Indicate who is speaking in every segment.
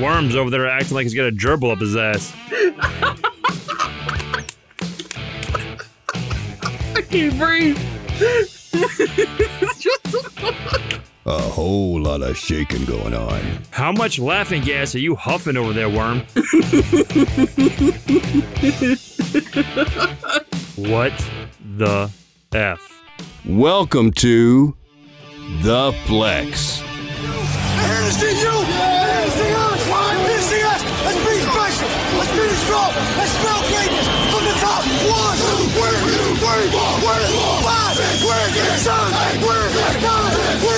Speaker 1: Worms over there acting like he's got a gerbil up his ass.
Speaker 2: I can't breathe.
Speaker 3: A whole lot of shaking going on.
Speaker 1: How much laughing gas are you huffing over there, worm? what the F?
Speaker 3: Welcome to The Flex.
Speaker 4: Here's to you! Here's to us! Here's to us! Let's be special! Let's be strong! Let's smell greatness from the top! One, word, word, word, five, word, son, word, nine, word,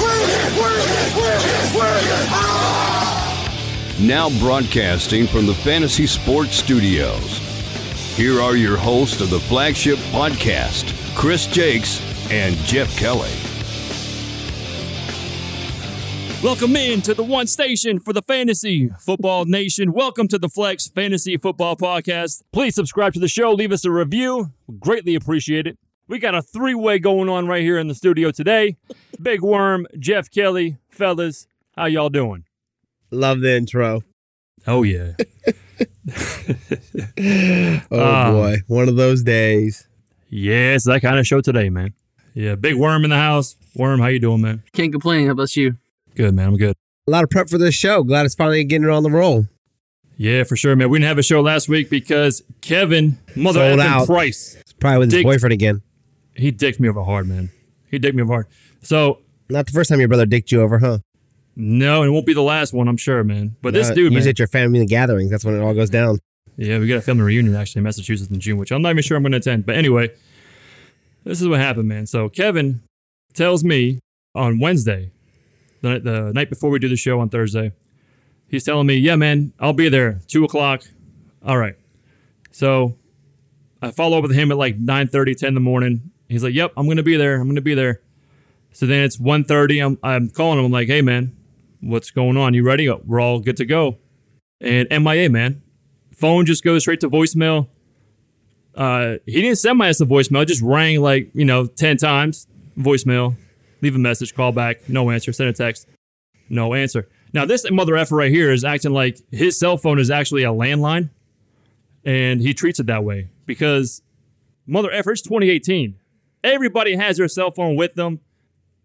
Speaker 4: word, word, word, word, ah!
Speaker 3: Now broadcasting from the Fantasy Sports Studios. Here are your hosts of the flagship podcast, Chris Jakes and Jeff Kelly.
Speaker 1: Welcome in to the one station for the fantasy football nation. Welcome to the Flex Fantasy Football Podcast. Please subscribe to the show. Leave us a review. We greatly appreciate it. We got a three way going on right here in the studio today. Big Worm, Jeff Kelly, fellas, how y'all doing?
Speaker 2: Love the intro.
Speaker 1: Oh, yeah.
Speaker 2: Oh
Speaker 1: Ah.
Speaker 2: boy, one of those days.
Speaker 1: yeah, it's that kind of show today, man. Yeah, Big Worm in the house. Worm, how you doing, man?
Speaker 5: Can't complain. How about you?
Speaker 1: Good, man. I'm good.
Speaker 2: A lot of prep for this show. Glad it's finally getting it on the roll.
Speaker 1: Yeah, for sure, man. We didn't have a show last week because Kevin, mother
Speaker 2: Sold
Speaker 1: effing
Speaker 2: out.
Speaker 1: Price,
Speaker 2: It's probably with his
Speaker 1: Dick-
Speaker 2: boyfriend again.
Speaker 1: he dicked me over hard, man. He dicked me over hard. So
Speaker 2: Not the first time your brother dicked you over, huh?
Speaker 1: No, it won't be the last one, I'm sure, man. But this
Speaker 2: Uh,
Speaker 1: dude,
Speaker 2: he was
Speaker 1: man,
Speaker 2: at your family gatherings. That's when it all goes down.
Speaker 1: yeah, we got a family reunion actually in Massachusetts in June, which I'm not even sure I'm going to attend. But anyway, this is what happened, man. So Kevin tells me on Wednesday, the, the night before we do the show on Thursday, he's telling me, "Yeah, man, I'll be there two o'clock." All right. So I follow up with him at like 9 10 in the morning. He's like, "Yep, I'm going to be there. I'm going to be there." So then it's 1 I'm I'm calling him. I'm like, "Hey, man, what's going on? You ready? We're all good to go." And MIA, man, phone just goes straight to voicemail. Uh, he didn't send my ass a voicemail. It Just rang like you know ten times. Voicemail, leave a message, call back, no answer. Send a text, no answer. Now this mother effer right here is acting like his cell phone is actually a landline, and he treats it that way because mother effer. It's 2018. Everybody has their cell phone with them.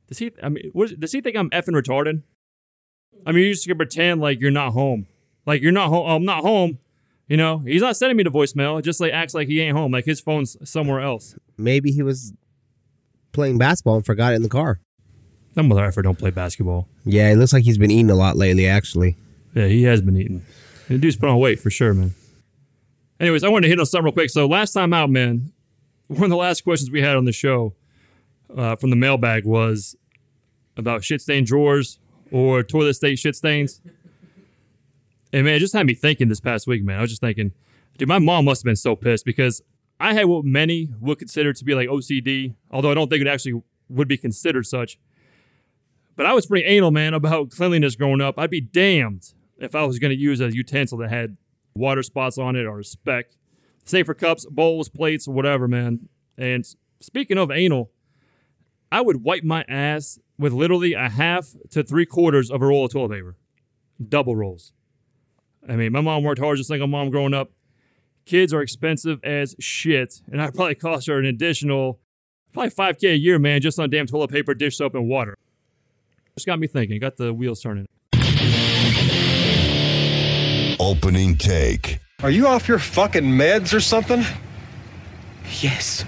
Speaker 1: Does he? I mean, what, is- does he think I'm effing retarded? I mean, you just gonna pretend like you're not home. Like you're not home. I'm not home. You know, he's not sending me the voicemail. It Just like acts like he ain't home. Like his phone's somewhere else.
Speaker 2: Maybe he was playing basketball and forgot it in the car.
Speaker 1: That mother effer don't play basketball.
Speaker 2: Yeah, it looks like he's been eating a lot lately, actually.
Speaker 1: Yeah, he has been eating. The dude's put on weight for sure, man. Anyways, I wanted to hit on something real quick. So last time out, man, one of the last questions we had on the show uh, from the mailbag was about shit stained drawers or toilet state shit stains. And man, it just had me thinking this past week, man. I was just thinking, dude, my mom must have been so pissed because I had what many would consider to be like OCD, although I don't think it actually would be considered such. But I was pretty anal, man, about cleanliness growing up. I'd be damned if I was going to use a utensil that had water spots on it or a speck. Save for cups, bowls, plates, or whatever, man. And s- speaking of anal, I would wipe my ass with literally a half to three quarters of a roll of toilet paper, double rolls. I mean, my mom worked hard as a single mom growing up. Kids are expensive as shit, and I probably cost her an additional probably 5K a year, man, just on damn toilet paper, dish soap, and water. Just got me thinking, got the wheels turning.
Speaker 3: Opening take.
Speaker 6: Are you off your fucking meds or something?
Speaker 7: Yes,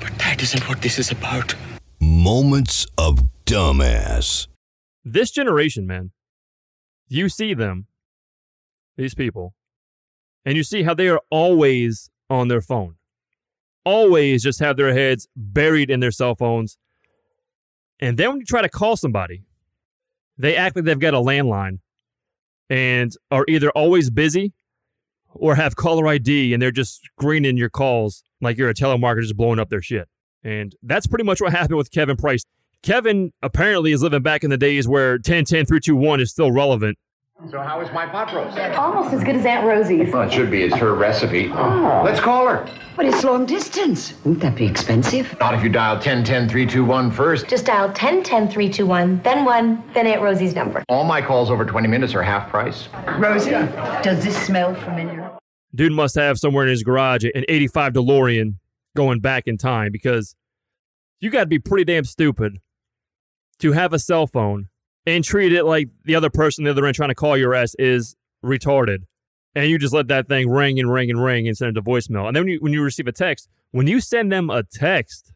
Speaker 7: but that isn't what this is about.
Speaker 3: Moments of Dumbass.
Speaker 1: this generation, man, you see them, these people, and you see how they are always on their phone, always just have their heads buried in their cell phones. And then when you try to call somebody, they act like they've got a landline and are either always busy or have caller ID and they're just screening your calls like you're a telemarketer just blowing up their shit. And that's pretty much what happened with Kevin Price. Kevin apparently is living back in the days where 10 10 3 2 1 is still relevant.
Speaker 5: So how is my pot roast?
Speaker 8: Almost as good as Aunt Rosie's.
Speaker 5: Well, it should be. It's her recipe. Let's call her.
Speaker 9: But it's long distance. Won't that be expensive?
Speaker 5: Not if you dial 1010-321 first.
Speaker 10: Just dial 10 10 321, then 1, then Aunt Rosie's number.
Speaker 5: All my calls over 20 minutes are half price.
Speaker 9: Rosie, does this smell familiar?
Speaker 1: Dude must have somewhere in his garage an 85 DeLorean going back in time because you got to be pretty damn stupid to have a cell phone and treat it like the other person the other end trying to call your ass is retarded. And you just let that thing ring and ring and ring and send it to voicemail. And then when you, when you receive a text, when you send them a text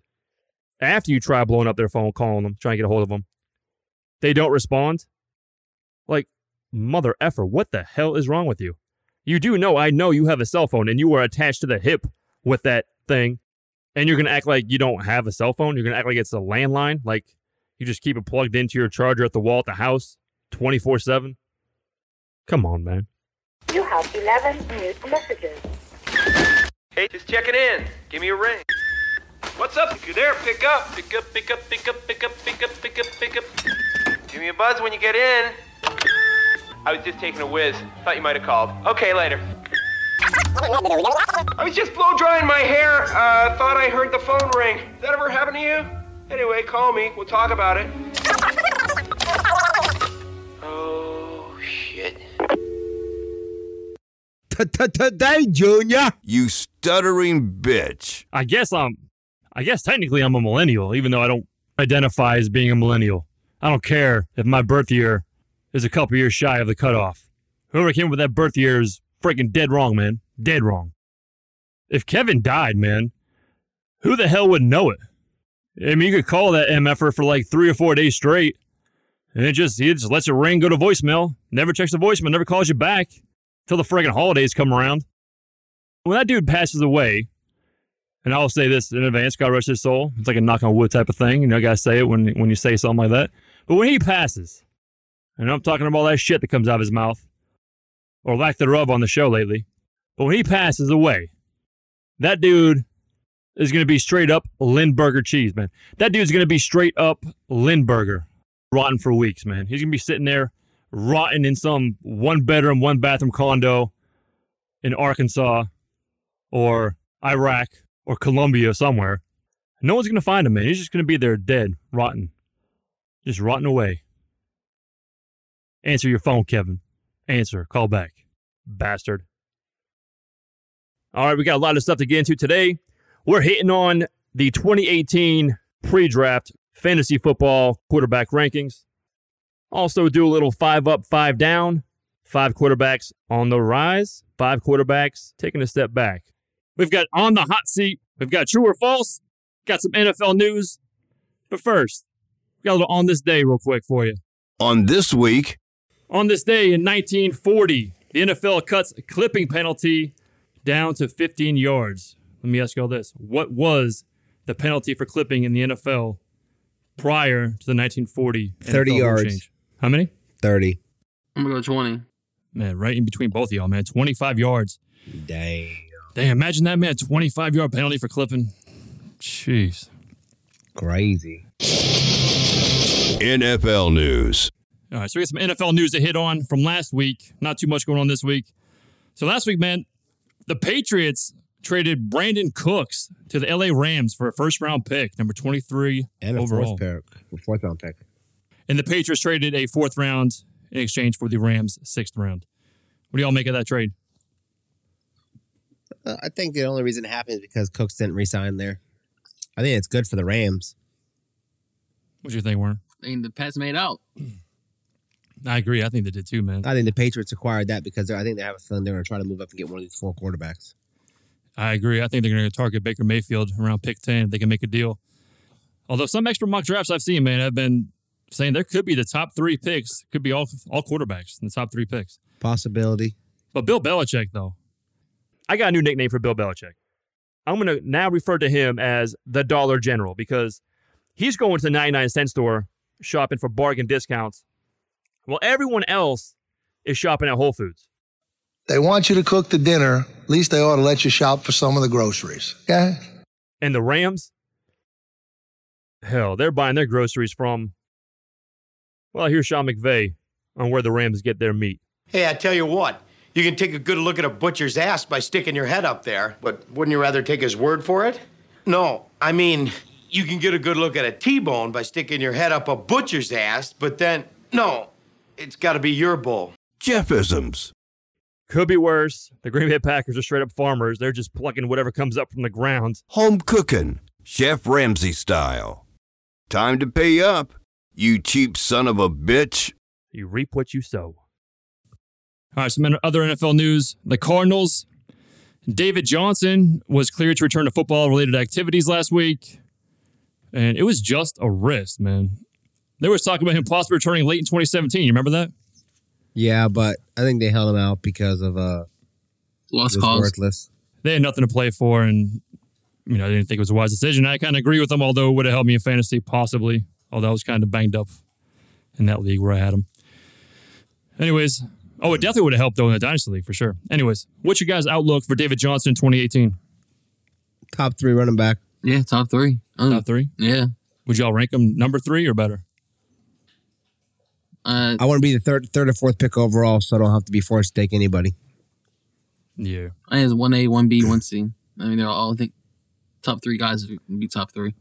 Speaker 1: after you try blowing up their phone, calling them, trying to get a hold of them, they don't respond. Like, mother effer, what the hell is wrong with you? You do know, I know you have a cell phone and you are attached to the hip with that thing. And you're going to act like you don't have a cell phone. You're going to act like it's a landline. Like, you just keep it plugged into your charger at the wall at the house 24 7. Come on, man.
Speaker 11: You have 11 mute messages.
Speaker 12: Hey, just checking in. Give me a ring. What's up? If you're there, pick up. Pick up, pick up, pick up, pick up, pick up, pick up, pick up. Give me a buzz when you get in. I was just taking a whiz. Thought you might have called. Okay, later. I was just blow drying my hair. Uh, thought I heard the phone ring. Does that ever happen to you? Anyway, call me. We'll talk about it. Oh, shit.
Speaker 2: Today, Junior.
Speaker 3: You stuttering bitch.
Speaker 1: I guess I'm, I guess technically I'm a millennial, even though I don't identify as being a millennial. I don't care if my birth year is a couple years shy of the cutoff. Whoever came up with that birth year is freaking dead wrong, man. Dead wrong. If Kevin died, man, who the hell would know it? I mean, you could call that MFR for like three or four days straight, and it just he just lets your ring go to voicemail. Never checks the voicemail. Never calls you back till the friggin' holidays come around. When that dude passes away, and I'll say this in advance, God rest his soul. It's like a knock on wood type of thing. You know, I gotta say it when when you say something like that. But when he passes, and I'm talking about all that shit that comes out of his mouth, or lack thereof on the show lately. But when he passes away, that dude is going to be straight up Lindberger cheese, man. That dude's going to be straight up Lindberger, rotten for weeks, man. He's going to be sitting there rotten in some one bedroom, one bathroom condo in Arkansas or Iraq or Colombia or somewhere. No one's going to find him, man. He's just going to be there dead, rotten, just rotten away. Answer your phone, Kevin. Answer. Call back. Bastard. All right, we got a lot of stuff to get into today we're hitting on the 2018 pre draft fantasy football quarterback rankings. Also, do a little five up, five down, five quarterbacks on the rise, five quarterbacks taking a step back. We've got on the hot seat, we've got true or false, got some NFL news. But first, we got a little on this day real quick for you.
Speaker 3: On this week,
Speaker 1: On this day in 1940, the NFL cuts a clipping penalty down to 15 yards. Let me ask you all this. What was the penalty for clipping in the NFL prior to the 1940? NFL
Speaker 2: 30
Speaker 1: rule
Speaker 2: yards.
Speaker 1: change? How many?
Speaker 2: 30.
Speaker 13: I'm gonna go 20.
Speaker 1: Man, right in between both of y'all, man. 25 yards.
Speaker 2: Dang.
Speaker 1: Damn, imagine that, man. 25 yard penalty for clipping. Jeez.
Speaker 2: Crazy.
Speaker 3: NFL news.
Speaker 1: All right, so we got some NFL news to hit on from last week. Not too much going on this week. So last week, man, the Patriots traded Brandon Cooks to the LA Rams for a first round pick, number 23
Speaker 2: And a
Speaker 1: overall.
Speaker 2: fourth pick. Fourth round pick.
Speaker 1: And the Patriots traded a fourth round in exchange for the Rams' sixth round. What do y'all make of that trade?
Speaker 2: Uh, I think the only reason it happened is because Cooks didn't resign there. I think it's good for the Rams.
Speaker 1: What do you think, Warren?
Speaker 13: And the Pats made out.
Speaker 1: I agree. I think they did too, man.
Speaker 2: I think the Patriots acquired that because they're- I think they have a feeling they're going to try to move up and get one of these four quarterbacks.
Speaker 1: I agree. I think they're going to target Baker Mayfield around pick 10 if they can make a deal. Although some extra mock drafts I've seen, man, have been saying there could be the top three picks, could be all, all quarterbacks in the top three picks.
Speaker 2: Possibility.
Speaker 1: But Bill Belichick, though. I got a new nickname for Bill Belichick. I'm going to now refer to him as the Dollar General because he's going to the 99 cent store shopping for bargain discounts while everyone else is shopping at Whole Foods.
Speaker 14: They want you to cook the dinner. At least they ought to let you shop for some of the groceries. Okay?
Speaker 1: And the Rams, hell, they're buying their groceries from, well, here's Sean McVay on where the Rams get their meat
Speaker 15: Hey, I tell you what, you can take a good look at a butcher's ass by sticking your head up there, but wouldn't you rather take his word for it? No, I mean, you can get a good look at a T-bone by sticking your head up a butcher's ass, but then, no, it's got to be your bull.
Speaker 3: Jeffisms.
Speaker 1: Could be worse. The Green Bay Packers are straight up farmers. They're just plucking whatever comes up from the ground.
Speaker 3: Home cooking, Chef Ramsay style. Time to pay up, you cheap son of a bitch.
Speaker 1: You reap what you sow. All right, some other NFL news. The Cardinals. David Johnson was cleared to return to football related activities last week. And it was just a wrist, man. They were talking about him possibly returning late in 2017. You remember that?
Speaker 2: Yeah, but I think they held him out because of uh
Speaker 13: Lost
Speaker 2: it was
Speaker 13: cause.
Speaker 2: worthless.
Speaker 1: They had nothing to play for, and you know, I didn't think it was a wise decision. I kind of agree with them, although it would have helped me in fantasy, possibly. Although I was kind of banged up in that league where I had him. Anyways, oh, it definitely would have helped though in the dynasty league for sure. Anyways, what's your guys' outlook for David Johnson in 2018?
Speaker 2: Top three running back.
Speaker 13: Yeah, top three. Um,
Speaker 1: Top three.
Speaker 13: Yeah.
Speaker 1: Would y'all rank him number three or better?
Speaker 13: Uh,
Speaker 2: I want to be the third, third or fourth pick overall, so I don't have to be forced to take anybody.
Speaker 1: Yeah.
Speaker 13: I think it's one A, one B, one C. I mean, they're all I think top three guys would be top three.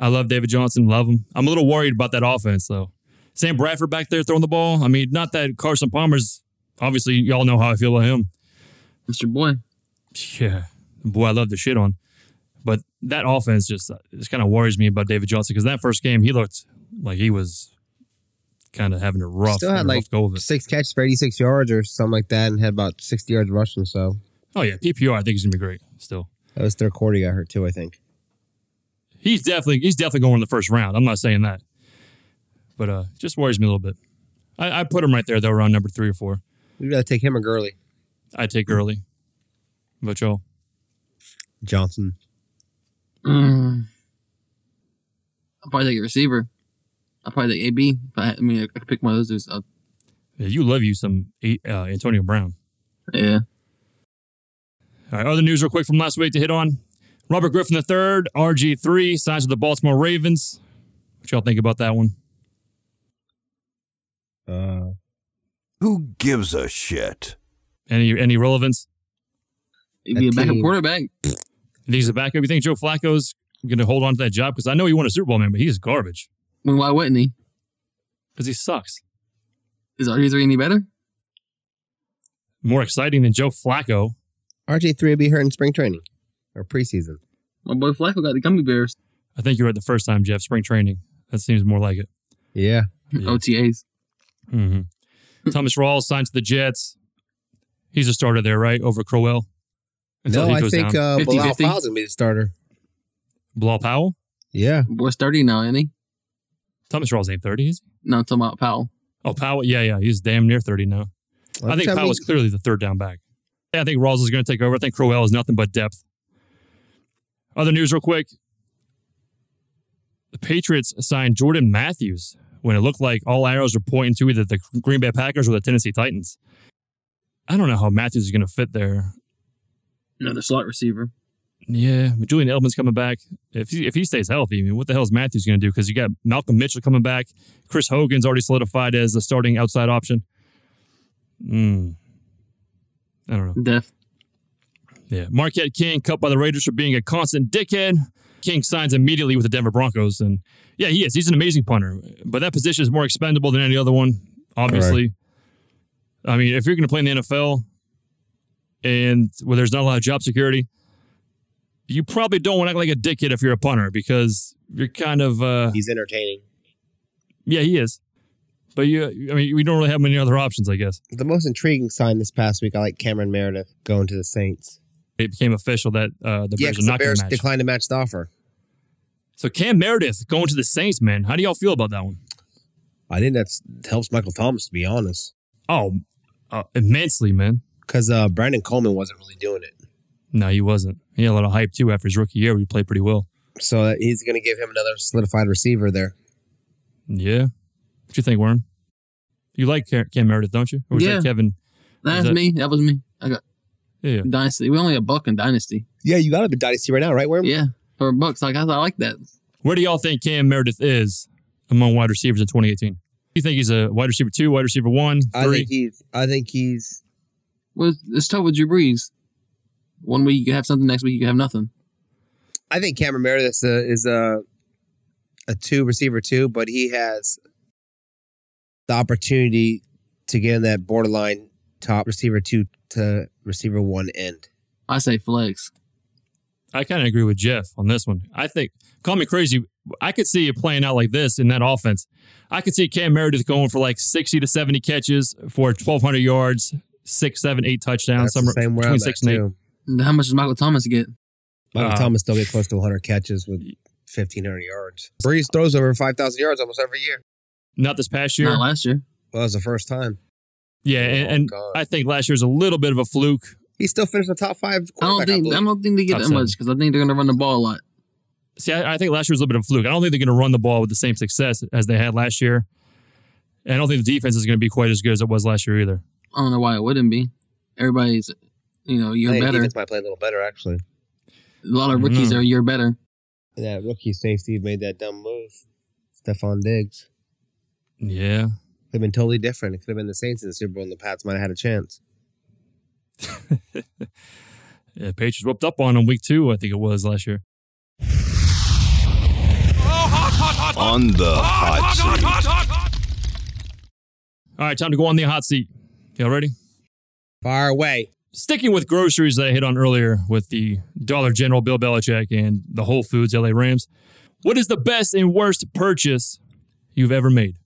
Speaker 1: I love David Johnson. Love him. I'm a little worried about that offense, though. Sam Bradford back there throwing the ball. I mean, not that Carson Palmer's obviously, y'all know how I feel about him.
Speaker 13: It's your boy.
Speaker 1: Yeah. Boy, I love the shit on. But that offense just, just kind of worries me about David Johnson because that first game, he looked like he was kind of having a rough,
Speaker 2: Still had
Speaker 1: rough
Speaker 2: like
Speaker 1: go of it.
Speaker 2: six catches for 86 yards or something like that, and had about 60 yards rushing. So
Speaker 1: Oh, yeah. PPR, I think he's going to be great still.
Speaker 2: that was third quarter. He got hurt too, I think.
Speaker 1: He's definitely he's definitely going in the first round. I'm not saying that, but uh, just worries me a little bit. I, I put him right there though, around number three or four.
Speaker 2: We'd rather take him or Gurley.
Speaker 1: I take early. But y'all,
Speaker 2: Johnson.
Speaker 13: Mm. I'll probably take a receiver. I'll probably take AB. If I, I mean, I could pick one of those dudes up.
Speaker 1: yeah, you love you some eh, uh, Antonio Brown.
Speaker 13: Yeah.
Speaker 1: All right, other news real quick from last week to hit on. Robert Griffin III, RG3, signs with the Baltimore Ravens. What y'all think about that one?
Speaker 2: Uh,
Speaker 3: Who gives a shit?
Speaker 1: Any any relevance?
Speaker 13: He'd be a
Speaker 2: That
Speaker 13: backup
Speaker 2: team-
Speaker 13: quarterback.
Speaker 1: You think he's a backup? You think Joe Flacco's going to hold on to that job? Because I know he won a Super Bowl, man, but he's garbage
Speaker 13: I mean, why wouldn't he?
Speaker 1: because he sucks.
Speaker 13: Is RG3 any better?
Speaker 1: More exciting than Joe Flacco.
Speaker 2: RJ3 will be hurt in spring training or preseason.
Speaker 13: My boy Flacco got the gummy bears.
Speaker 1: I think you were at the first time, Jeff. Spring training. That seems more like it.
Speaker 2: Yeah.
Speaker 1: Yeah.
Speaker 13: OTAs.
Speaker 1: hmm
Speaker 2: Mm-hmm.
Speaker 1: Thomas Rawls signs to the Jets. He's a starter there, right? Over Crowell.
Speaker 2: no, I think
Speaker 1: down.
Speaker 2: uh,
Speaker 13: 50-50.
Speaker 2: Bilal Powell's going to be the starter.
Speaker 1: Blau Powell.
Speaker 2: Yeah.
Speaker 13: My Boy's 30 now, ain't he?
Speaker 1: Thomas Rawls ain't thirty, is he?
Speaker 13: No, I'm talking about Powell.
Speaker 1: Oh, Powell. Yeah, yeah. He's damn near thirty now. I think Powell's clearly the third down back. Yeah, I think Rawls is going to take over. I think Crowell is nothing but depth. Other news, real quick. The Patriots signed Jordan Matthews when it looked like all arrows were pointing to either the Green Bay Packers or the Tennessee Titans. I don't know how Matthews is going to fit there.
Speaker 13: Another slot receiver.
Speaker 1: Yeah, but Julian Edelman's coming back. If he, if he stays healthy, I mean, what the hell is Matthews going to do? Because you got Malcolm Mitchell coming back. Chris Hogan's already solidified as the starting outside option. Hmm. I don't know.
Speaker 13: Def.
Speaker 1: Yeah. Marquette King cut by the Raiders for being a constant dickhead. King signs immediately with the Denver Broncos. And yeah, he is. He's an amazing punter, but that position is more expendable than any other one, obviously. I mean, if you're going to play in the NFL and where there's not a lot of job security, you probably don't want to act like a dickhead if you're a punter because you're kind of, uh,
Speaker 2: He's entertaining.
Speaker 1: yeah, he is. But you, I mean, we don't really have many other options, I guess.
Speaker 2: The most intriguing sign this past week, I like Cameron Meredith going to the Saints.
Speaker 1: It became official that uh, the
Speaker 2: yeah,
Speaker 1: Bears
Speaker 2: 'cause
Speaker 1: are
Speaker 2: the
Speaker 1: not going
Speaker 2: Bears
Speaker 1: to match.
Speaker 2: declined to match the offer.
Speaker 1: So Cam Meredith going to the Saints, man. How do y'all feel about that one?
Speaker 2: I think that helps Michael Thomas, to be honest,
Speaker 1: Oh, uh, immensely, man.
Speaker 2: because uh, Brandon Coleman wasn't really doing it.
Speaker 1: No, he wasn't. He had a lot of hype too after his rookie year. where He played pretty well.
Speaker 2: So uh, he's going to give him another solidified receiver there.
Speaker 1: Yeah. What you think, Worm? You like Cam, Cam Meredith, don't you? Or was
Speaker 13: Yeah.
Speaker 1: that Kevin? Is
Speaker 13: That's
Speaker 1: that-
Speaker 13: me. That was me. I got
Speaker 1: Yeah.
Speaker 13: Dynasty. We only a buck in Dynasty.
Speaker 2: Yeah, you got him in Dynasty right now, right, Worm?
Speaker 13: Yeah. For bucks. Like, I, I like that.
Speaker 1: Where do y'all think Cam Meredith is among wide receivers in 2018? you think he's a wide receiver two, wide receiver one, three?
Speaker 2: I think he's. I think he's.
Speaker 13: Well, it's tough with Drew Brees. One week you have something, next week you have nothing.
Speaker 2: I think Cameron Meredith is a, is a a two receiver two, but he has the opportunity to get in that borderline top receiver two to receiver one end.
Speaker 13: I say flex.
Speaker 1: I kind of agree with Jeff on this one. I think, call me crazy, I could see it playing out like this in that offense. I could see Cam Meredith going for like 60 to 70 catches for 1,200 yards, six, seven, eight touchdowns,
Speaker 2: That's the
Speaker 1: somewhere
Speaker 2: same where
Speaker 1: between
Speaker 2: I'm
Speaker 1: six
Speaker 2: at,
Speaker 1: and eight.
Speaker 2: too.
Speaker 13: How much does Michael Thomas get?
Speaker 2: Michael
Speaker 1: Uh,
Speaker 2: Thomas still get close to 100 catches with 1,500 yards. Breeze throws over 5,000 yards almost every year.
Speaker 1: Not this past year.
Speaker 13: Not last Oh, year.
Speaker 2: Well, that was the first time.
Speaker 1: yeah, and, and
Speaker 2: God.
Speaker 1: I think last year's a little bit of a fluke.
Speaker 2: He still finished the top five
Speaker 13: I don't
Speaker 2: quarterback. I
Speaker 13: think I,
Speaker 2: believe.
Speaker 13: don't think they get
Speaker 1: Top
Speaker 13: that much because I think they're gonna run the ball a lot.
Speaker 1: See, I, I think last year was a little bit of a fluke. I don't think they're going to run the ball with the same success as they had last year. And I don't think the defense is going to be quite as good as it was last year either.
Speaker 13: I don't know why it wouldn't be. Everybody's, you know, you're
Speaker 2: Hey,
Speaker 13: better.
Speaker 2: defense might play a little better, actually.
Speaker 13: A lot of rookies
Speaker 1: Mm.
Speaker 13: are you're better.
Speaker 2: That rookie safety made that dumb move. Stephon Diggs.
Speaker 1: Yeah.
Speaker 2: Could have been totally different. It could have been the Saints in the Super Bowl and the Pats might have had a chance.
Speaker 1: yeah Patriots whooped up on them week two, I think it was last year.
Speaker 3: On the hot seat.
Speaker 1: All right, time to go on the hot seat. Y'all ready?
Speaker 2: Far away.
Speaker 1: Sticking with groceries that I hit on earlier with the Dollar General, Bill Belichick, and the Whole Foods, LA Rams, what is the best and worst purchase you've ever made?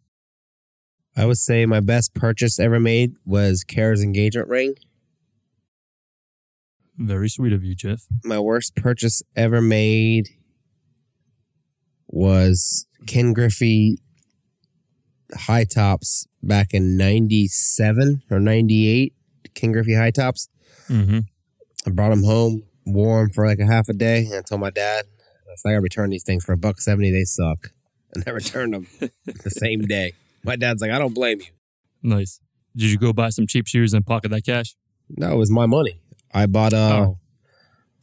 Speaker 2: I would say my best purchase ever made was Kara's engagement ring.
Speaker 1: Very sweet of you, Jeff.
Speaker 2: My worst purchase ever made was Ken Griffey high tops back in 97 or 98. Ken Griffey high tops.
Speaker 1: Mm-hmm.
Speaker 2: I brought them home, wore them for like a half a day, and I told my dad, if I gotta return these things for a buck seventy, they suck. And I returned them the same day. My dad's like, I don't blame you.
Speaker 1: Nice. Did you go buy some cheap shoes and pocket that cash?
Speaker 2: No, it was my money. I bought uh,
Speaker 1: Oh.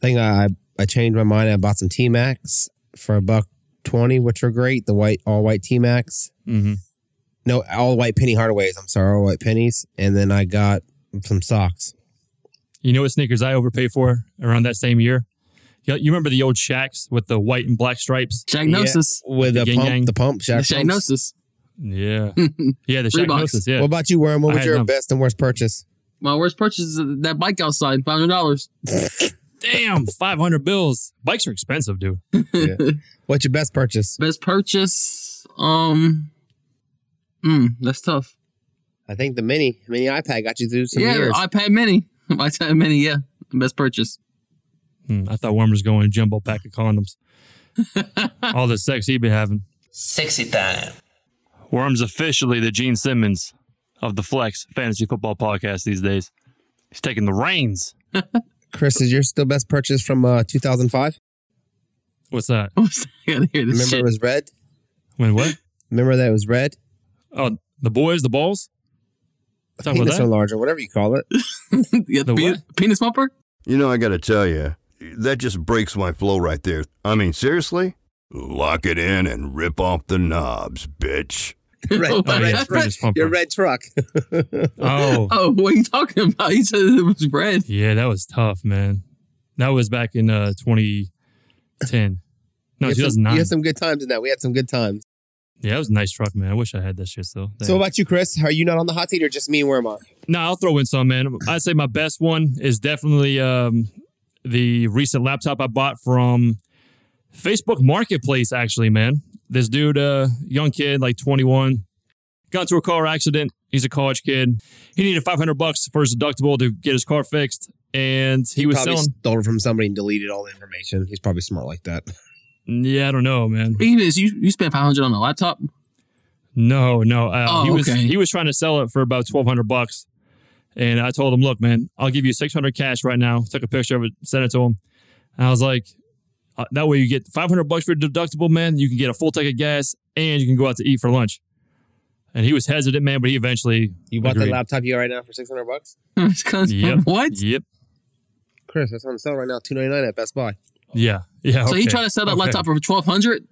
Speaker 2: I think I I changed my mind. I bought some T Max for a buck twenty, which were great. The white all white T Max.
Speaker 1: Mm-hmm.
Speaker 2: No, all white penny Hardaways. I'm sorry, all white pennies. And then I got some socks.
Speaker 1: You know what sneakers I overpaid for around that same year? You, you remember the old Shacks with the white and black stripes?
Speaker 13: Shagnosis.
Speaker 2: Yeah, with
Speaker 1: The
Speaker 2: the
Speaker 1: yin
Speaker 2: pump,
Speaker 1: yang.
Speaker 2: the pump,
Speaker 13: Yeah.
Speaker 2: Shaq pumps.
Speaker 13: Shagnosis.
Speaker 1: Yeah. Yeah, the
Speaker 13: Reeboks.
Speaker 1: Shagnosis. Yeah.
Speaker 2: What about you, Worm? What
Speaker 1: I
Speaker 2: was
Speaker 1: had
Speaker 2: your
Speaker 1: them.
Speaker 2: best and worst purchase?
Speaker 13: My worst purchase is that bike outside, five hundred dollars.
Speaker 1: Damn, 500 bills. Bikes are expensive, dude.
Speaker 2: What's your best purchase?
Speaker 13: Best purchase. Um, mm, that's tough.
Speaker 2: I think the mini mini iPad got you through some
Speaker 13: yeah,
Speaker 2: years.
Speaker 13: iPad Mini. iPad Mini. Yeah, best purchase.
Speaker 1: Hmm, I thought Wormer's going jumbo pack of condoms. All the sex he been having.
Speaker 16: Sexy time.
Speaker 1: Worm's officially the Gene Simmons of the Flex Fantasy Football Podcast these days. He's taking the reins.
Speaker 2: Chris, is your still best purchase from uh, 2005?
Speaker 1: What's that?
Speaker 13: I gotta hear this
Speaker 2: Remember
Speaker 13: shit.
Speaker 2: it was red.
Speaker 1: When what?
Speaker 2: Remember that it was red.
Speaker 1: Oh, the boys, the balls? Talk about
Speaker 2: Penis
Speaker 1: that?
Speaker 2: enlarger, whatever you call it.
Speaker 13: yeah,
Speaker 1: The
Speaker 13: the penis, penis bumper.
Speaker 3: You know, I got to tell you, that just breaks my flow right there. I mean, seriously? Lock it in and rip off the knobs, bitch.
Speaker 2: Red,
Speaker 13: Oh,
Speaker 2: red
Speaker 13: yeah,
Speaker 2: truck.
Speaker 1: penis pumper.
Speaker 2: Your red truck.
Speaker 1: Oh,
Speaker 13: Oh, what are you talking about? You said it was bread.
Speaker 1: yeah, that was tough, man. That was back in uh, 2010. No,
Speaker 2: you, had some,
Speaker 1: 2009.
Speaker 2: you had some good times in that. We had some good times.
Speaker 1: yeah, that was a nice truck, man. I wish I had that shit still.
Speaker 2: So,
Speaker 1: Damn.
Speaker 2: what about you, Chris? Are you not on the hot seat or just me and Worma?
Speaker 1: No, I'll throw in some, man. I'd say my best one is definitely um, the recent laptop I bought from Facebook Marketplace, actually, man. This dude, uh, young kid, like 21, got into a car accident. He's a college kid. He needed 500 bucks for his deductible to get his car fixed. And he, was
Speaker 2: probably
Speaker 1: selling.
Speaker 2: stole it from somebody and deleted all the information. He's probably smart like that.
Speaker 1: yeah, I don't know, man.
Speaker 13: Even is you you spent five hundred on a laptop.
Speaker 1: No, no. Uh,
Speaker 13: Oh,
Speaker 1: he was
Speaker 13: okay.
Speaker 1: he was trying to sell it for about twelve hundred bucks, and I told him, "Look, man, I'll give you six hundred cash right now." Took a picture of it, sent it to him, and I was like, uh, "That way, you get five hundred bucks for your deductible, man. You can get a full tank of gas, and you can go out to eat for lunch." And he was hesitant, man, but he eventually
Speaker 2: You bought that
Speaker 1: agreed.
Speaker 2: laptop you got right now for 600 bucks?
Speaker 13: It's kind of-
Speaker 1: Yep.
Speaker 13: What?
Speaker 1: Yep.
Speaker 2: Chris, that's on sale right now, 299 at Best Buy.
Speaker 1: Yeah. Yeah.
Speaker 13: So he
Speaker 1: okay,
Speaker 13: tried to sell that
Speaker 1: okay.
Speaker 13: laptop for twelve hundred.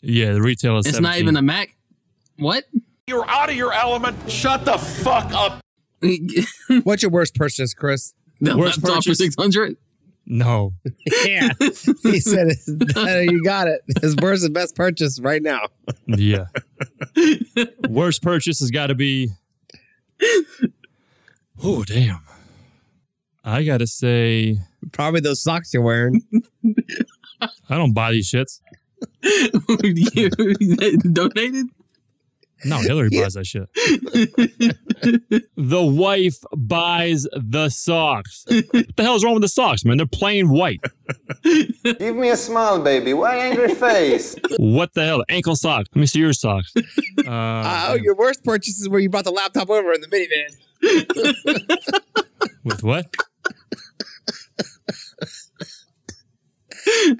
Speaker 1: Yeah, the retail is.
Speaker 13: It's not even a Mac. What?
Speaker 16: You're out of your element. Shut the fuck up.
Speaker 2: What's your worst purchase, Chris?
Speaker 13: The laptop for 600?
Speaker 1: No.
Speaker 2: yeah. He said, it. You got it. His worst and best purchase right now.
Speaker 1: Yeah. Worst purchase has got to be. Oh, damn. I got to say.
Speaker 2: Probably those socks you're wearing.
Speaker 1: I don't buy these shits.
Speaker 13: You donated?
Speaker 1: No, Hillary buys that shit. the wife buys the socks. What the hell's wrong with the socks, man? They're plain white.
Speaker 17: Give me a smile, baby. Why angry face?
Speaker 1: What the hell? Ankle socks. Let me see your socks. Uh,
Speaker 2: oh, your worst purchase is where you brought the laptop over in the minivan.
Speaker 1: with what?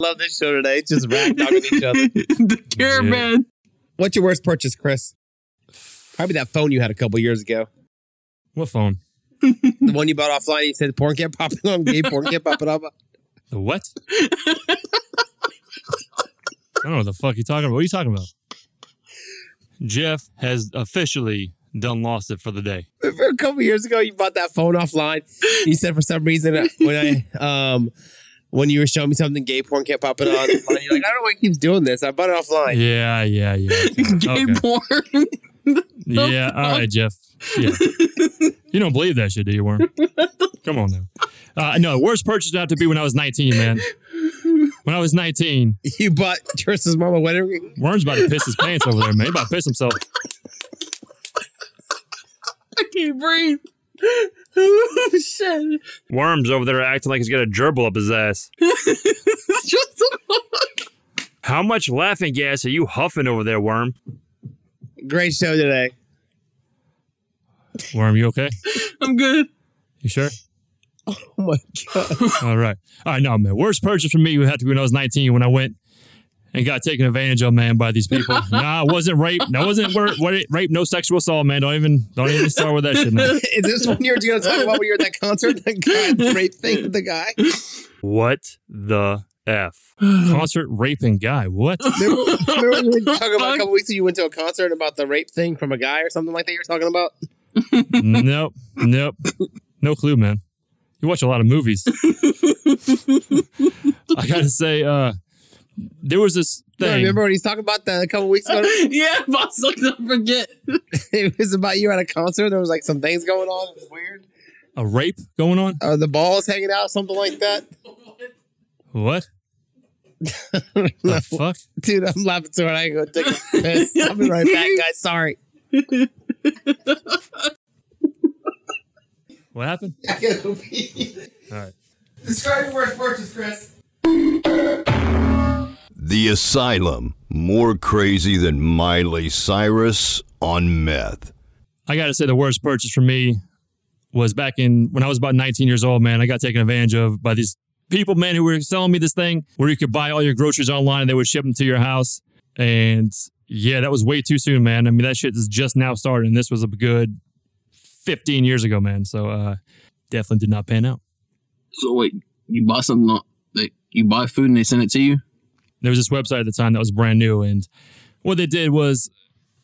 Speaker 2: Love this show today. It's Just rag dogging each other.
Speaker 13: the caravan.
Speaker 2: What's your worst purchase, Chris? Probably that phone you had a couple years ago.
Speaker 1: What phone?
Speaker 2: The one you bought offline. You said porn can't pop it on. Gay porn can't pop it up.
Speaker 1: The what? I don't know what the fuck you're talking about. What are you talking about? Jeff has officially done lost it for the day.
Speaker 2: Remember a couple years ago, you bought that phone offline. You said for some reason uh, when I um when you were showing me something, gay porn kept popping on. You're like, I don't know why he keeps doing this. I bought it offline.
Speaker 1: Yeah, yeah, yeah.
Speaker 13: Gay
Speaker 1: Okay.
Speaker 13: porn.
Speaker 1: Yeah, all right, Jeff. Yeah. you don't believe that shit, do you, Worm? Come on now. Uh, no, worst purchase would have to be when I was 19, man. When I was 19,
Speaker 2: You bought Tris's mom a wedding ring.
Speaker 1: Worm's about to piss his pants over there, man. He about to piss himself.
Speaker 13: I can't breathe. Oh, shit.
Speaker 16: Worms over there acting like he's got a gerbil up his ass.
Speaker 13: It's just
Speaker 16: How much laughing gas are you huffing over there, Worm?
Speaker 2: Great show today.
Speaker 1: Worm, you okay?
Speaker 13: I'm good.
Speaker 1: You sure?
Speaker 2: Oh my god!
Speaker 1: All right. All right, no, man. Worst purchase for me would have to be when I was 19 when I went and got taken advantage of, man, by these people. nah, I wasn't raped. No, I wasn't wor- what it- rape, no sexual assault, man. Don't even don't even start with that shit now.
Speaker 2: Is this one you're going to talk about when you're at that concert? That guy, great thing with the guy.
Speaker 16: What the F?
Speaker 1: Concert raping guy. What?
Speaker 2: Remember, remember when we were talking about a couple weeks ago? You went to a concert about the rape thing from a guy or something like that. You're talking about.
Speaker 1: nope. Nope. No clue, man. You watch a lot of movies. I gotta say, uh there was this
Speaker 2: No,
Speaker 1: thing.
Speaker 2: remember when he's talking about that a couple weeks ago?
Speaker 13: yeah, boss, like, don't forget.
Speaker 2: it was about you at a concert. There was like some things going on. It was weird.
Speaker 1: a rape going on?
Speaker 2: Uh, the balls hanging out, something like that.
Speaker 1: What? the fuck?
Speaker 2: Dude, I'm laughing so hard. I can go take a piss. I'll be right back, guys. Sorry.
Speaker 1: What happened?
Speaker 2: I gotta pee.
Speaker 1: All right.
Speaker 2: Describe your worst purchase, Chris.
Speaker 3: The Asylum. More crazy than Miley Cyrus on meth.
Speaker 1: I got to say the worst purchase for me was back in when I was about 19 years old, man. I got taken advantage of by these people, man, who were selling me this thing where you could buy all your groceries online and they would ship them to your house. And yeah, that was way too soon, man. I mean, that shit is just now starting. This was a good 15 years ago, man. So uh, definitely did not pan out.
Speaker 13: So wait, you buy something on- like you buy food and they send it to you?
Speaker 1: there was this website at the time that was brand new and what they did was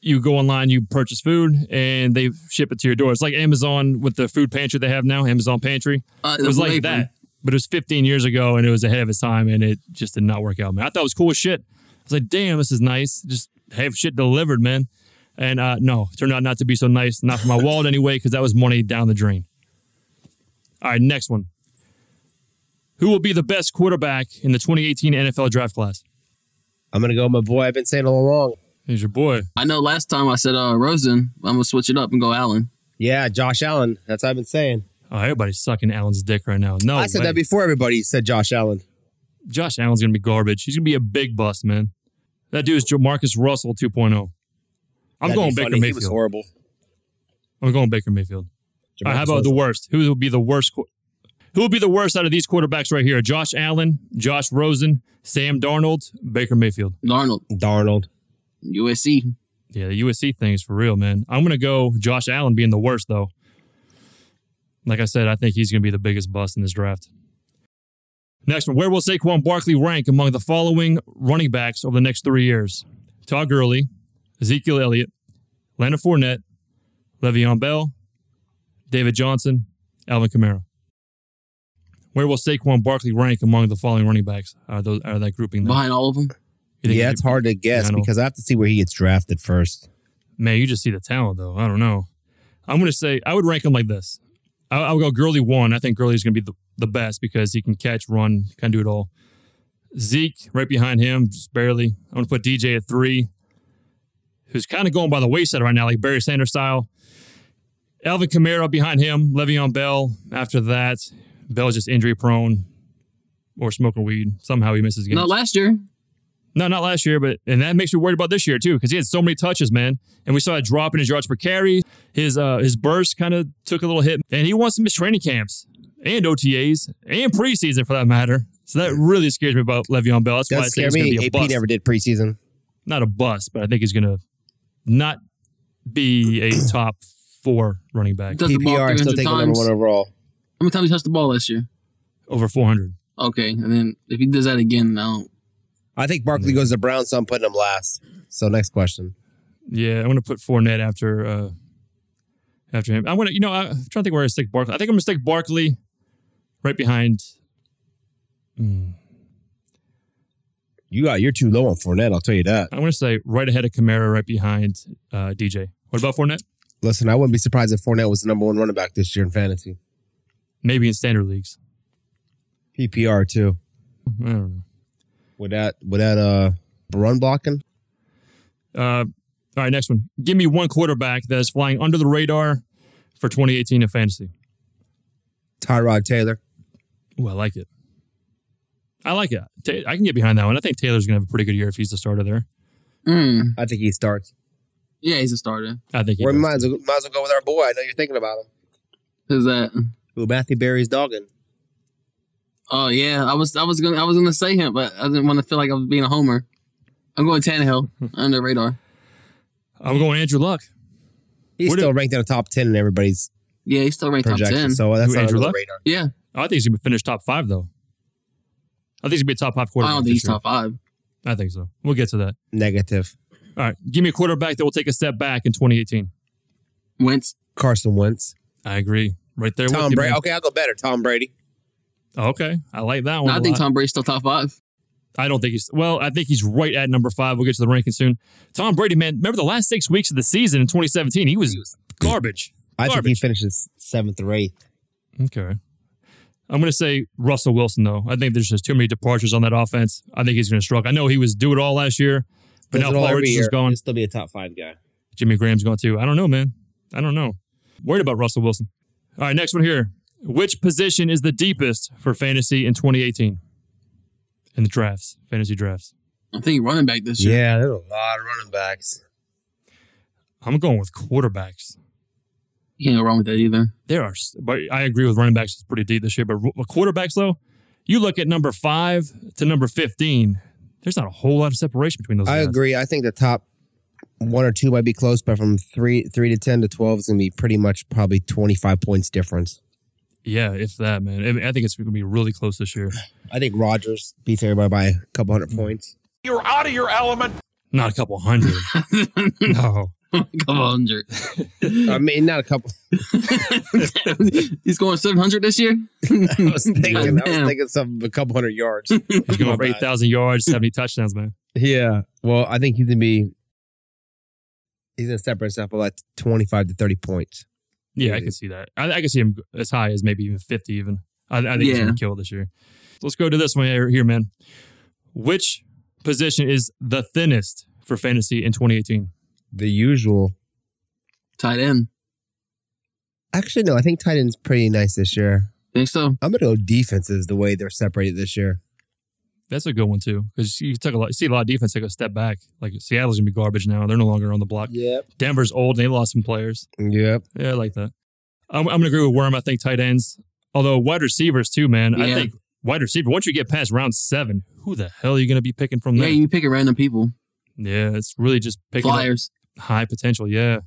Speaker 1: you go online you purchase food and they ship it to your door it's like amazon with the food pantry they have now amazon pantry
Speaker 13: Uh,
Speaker 1: it was
Speaker 13: the
Speaker 1: like
Speaker 13: label.
Speaker 1: that but it was 15 years ago and it was ahead of its time and it just did not work out man i thought it was cool as shit i was like damn this is nice just have shit delivered man and uh no it turned out not to be so nice not for my wallet anyway because that was money down the drain all right next one who will be the best quarterback in the 2018 nfl draft class
Speaker 2: I'm gonna go, with my boy. I've been saying all along.
Speaker 1: He's your boy.
Speaker 13: I know last time I said uh Rosen, I'm gonna switch it up and go Allen.
Speaker 2: Yeah, Josh Allen. That's what I've been saying.
Speaker 1: Oh, everybody's sucking Allen's dick right now. No,
Speaker 2: I said
Speaker 1: way.
Speaker 2: that before everybody said Josh Allen.
Speaker 1: Josh Allen's gonna be garbage. He's gonna be a big bust, man. That dude is Marcus Russell 2.0. I'm
Speaker 2: That'd
Speaker 1: going
Speaker 2: be
Speaker 1: Baker
Speaker 2: funny. He was
Speaker 1: Mayfield.
Speaker 2: horrible.
Speaker 1: I'm going Baker Mayfield. All right, how
Speaker 2: Jamarcus
Speaker 1: about the worst? Who will be the worst? qu- Who will be the worst out of these quarterbacks right here? Josh Allen, Josh Rosen, Sam Darnold, Baker Mayfield.
Speaker 13: Darnold,
Speaker 2: Darnold.
Speaker 13: USC.
Speaker 1: Yeah, the USC thing is for real, man. I'm gonna go Josh Allen being the worst though. Like I said, I think he's gonna be the biggest bust in this draft. Next one, where will Saquon Barkley rank among the following running backs over the next three years? Todd Gurley, Ezekiel Elliott, Leonard Fournette, Le'Veon Bell, David Johnson, Alvin Kamara. Where will Saquon Barkley rank among the following running backs? Are those are that grouping there?
Speaker 13: Behind all of them?
Speaker 1: You think
Speaker 2: yeah,
Speaker 1: he-
Speaker 2: it's hard to guess
Speaker 1: I know.
Speaker 2: because I have to see where he gets drafted first.
Speaker 1: Man, you just see the talent though. I don't know. I'm gonna say I would rank him like this. I, I would go Gurley one. I think Gurley's gonna be the, the best because he can catch, run, can do it all. Zeke right behind him, just barely. I'm gonna put DJ at three, who's kind of going by the wayside right now, like Barry Sanders style. Alvin Kamara behind him, Le'Veon Bell. After that, Bell's just injury prone or smoking weed. Somehow he misses games.
Speaker 13: Not last year.
Speaker 1: No, not last year, but and that makes me worried about this year too, because he had so many touches, man. And we saw a drop in his yards per carry. His uh his burst kind of took a little hit, and he wants to miss training camps and OTAs and preseason for that matter. So that really scares me about Le'Veon Bell. That's why I
Speaker 2: That
Speaker 1: think
Speaker 2: scared
Speaker 1: he's going to
Speaker 2: me.
Speaker 1: be a
Speaker 2: AP
Speaker 1: bust.
Speaker 2: never did preseason.
Speaker 1: not a bust, but I think he's going to not be a top four running back.
Speaker 13: Does the ball
Speaker 2: PPR still
Speaker 13: 300
Speaker 2: taking number
Speaker 13: times.
Speaker 2: one overall.
Speaker 13: How many times he touched the ball last year?
Speaker 1: Over 400.
Speaker 13: Okay, and then if he does that again, now
Speaker 2: I think Barkley goes to Brown, so I'm putting him last. So next question.
Speaker 1: Yeah, I'm going to put Fournette after uh after him. I'm going to, you know, I'm trying to think where I stick Barkley. I think I'm going to stick Barkley right behind. Hmm.
Speaker 2: You got you're too low on Fournette. I'll tell you that.
Speaker 1: I'm going to say right ahead of Kamara, right behind uh, DJ. What about Fournette?
Speaker 2: Listen, I wouldn't be surprised if Fournette was the number one running back this year in fantasy.
Speaker 1: Maybe in standard leagues.
Speaker 2: PPR too.
Speaker 1: I don't
Speaker 2: With that with that uh run blocking.
Speaker 1: know. Uh, all right, next one. Give me one quarterback that is flying under the radar for 2018 in fantasy.
Speaker 2: Tyrod Taylor.
Speaker 1: Ooh, I like it. I like it. Ta- I can get behind that one. I think Taylor's going to have a pretty good year if he's the starter there.
Speaker 13: Mm.
Speaker 2: I think he starts.
Speaker 13: Yeah, he's a starter.
Speaker 1: I think he
Speaker 2: Or we
Speaker 1: does.
Speaker 2: might as, well, might as well go with our boy. I know you're thinking about him.
Speaker 13: Who's that?
Speaker 2: Who Matthew Barry's dogging.
Speaker 13: Oh yeah, I was I was gonna I was gonna say him, but I didn't want to feel like I was being a homer. I'm going Tannehill under the radar.
Speaker 1: I'm going Andrew Luck.
Speaker 2: He's
Speaker 1: What
Speaker 2: still ranked in the top ten in everybody's
Speaker 13: Yeah, he's still ranked top ten.
Speaker 2: projections. So that's
Speaker 1: Who,
Speaker 2: not
Speaker 1: Andrew
Speaker 2: under the
Speaker 1: Luck?
Speaker 2: radar.
Speaker 13: yeah,
Speaker 1: I think he's going to finish top five, though. I think he's going to be a top five
Speaker 13: I
Speaker 1: quarterback.
Speaker 13: don't think he's
Speaker 1: this year.
Speaker 13: top five.
Speaker 1: I think so. We'll get to that.
Speaker 2: Negative.
Speaker 1: All right. Give me a quarterback that will take a step back in 2018.
Speaker 13: Wentz.
Speaker 2: Carson Wentz.
Speaker 1: I agree. Right there
Speaker 2: Tom
Speaker 1: with you,
Speaker 2: Brady.
Speaker 1: man.
Speaker 2: Okay, I'll go better. Tom Brady.
Speaker 1: Okay, I like that
Speaker 13: No,
Speaker 1: one.
Speaker 13: I
Speaker 1: a
Speaker 13: think
Speaker 1: lot.
Speaker 13: Tom Brady's still top five.
Speaker 1: I don't think he's. Well, I think he's right at number five. We'll get to the ranking soon. Tom Brady, man, remember the last six weeks of the season in 2017, he was, garbage.
Speaker 2: I think he
Speaker 1: Garbage.
Speaker 2: finishes seventh or eighth.
Speaker 1: okay. I'm going to say Russell Wilson, though. I think there's just too many departures on that offense. I think he's going to struggle. I know he was do it all last year, but
Speaker 2: Does
Speaker 1: now
Speaker 2: it all
Speaker 1: Paul
Speaker 2: every
Speaker 1: Richardson's
Speaker 2: year.
Speaker 1: gone.
Speaker 2: He'll still be a top five guy.
Speaker 1: Jimmy Graham's going to. I don't know, man. I don't know. Worried about Russell Wilson. All right, next one here. Which position is the deepest for fantasy in 2018? In the drafts, fantasy drafts.
Speaker 13: I think running back this year.
Speaker 2: Yeah, there's a lot of running backs.
Speaker 1: I'm going with quarterbacks.
Speaker 13: You can't go wrong with that either.
Speaker 1: There are, s- but I agree with running backs is pretty deep this year. But ru- quarterbacks, though, you look at number five to number 15, there's not a whole lot of separation between those
Speaker 2: I
Speaker 1: guys.
Speaker 2: agree. I think the top one or two might be close, but from three three to ten to twelve is gonna be pretty much probably twenty five points difference.
Speaker 1: Yeah, if that, man. I, mean, I think it's going to be really close this year.
Speaker 2: I think Rogers beats everybody by a couple hundred points.
Speaker 12: You're out of your element.
Speaker 1: Not a couple hundred. no.
Speaker 13: Come on, Jer.
Speaker 2: I mean, not a couple.
Speaker 13: he's going 700 this year.
Speaker 2: I was thinking, I
Speaker 13: Damn.
Speaker 2: was thinking something a couple hundred yards.
Speaker 1: He's going for
Speaker 2: Right.
Speaker 1: 8,000 yards, 70 touchdowns, man.
Speaker 2: yeah. Well, I think he's gonna be. He's gonna separate himself by like twenty five to thirty points.
Speaker 1: Yeah, I
Speaker 2: Easy.
Speaker 1: can see that. I, I can see him as high as maybe even 50 even. I, I think he's
Speaker 13: Yeah.
Speaker 1: going to kill this year. Let's go to this one here, here, man. Which position is the thinnest for fantasy in 2018?
Speaker 2: The usual.
Speaker 13: Tight end.
Speaker 2: Actually, no. I think tight end's pretty nice this year.
Speaker 13: Think so?
Speaker 2: I'm gonna go defenses the way they're separated this year.
Speaker 1: That's a good one, too, because you, took a lot, you see a lot of defense take a step back. Like Seattle's going to be garbage now. They're no longer on the block.
Speaker 2: Yep.
Speaker 1: Denver's old and they lost some players.
Speaker 2: Yep.
Speaker 1: Yeah, I like that. I'm, I'm going to agree with Worm. I think tight ends, although wide receivers, too, man. I
Speaker 13: Yeah.
Speaker 1: think wide receiver, once you get past round seven, who the hell are you going to be picking from
Speaker 13: Yeah,
Speaker 1: there?
Speaker 13: you picking random people.
Speaker 1: Yeah, it's really just picking up-
Speaker 13: Flyers.
Speaker 1: high potential. Yeah.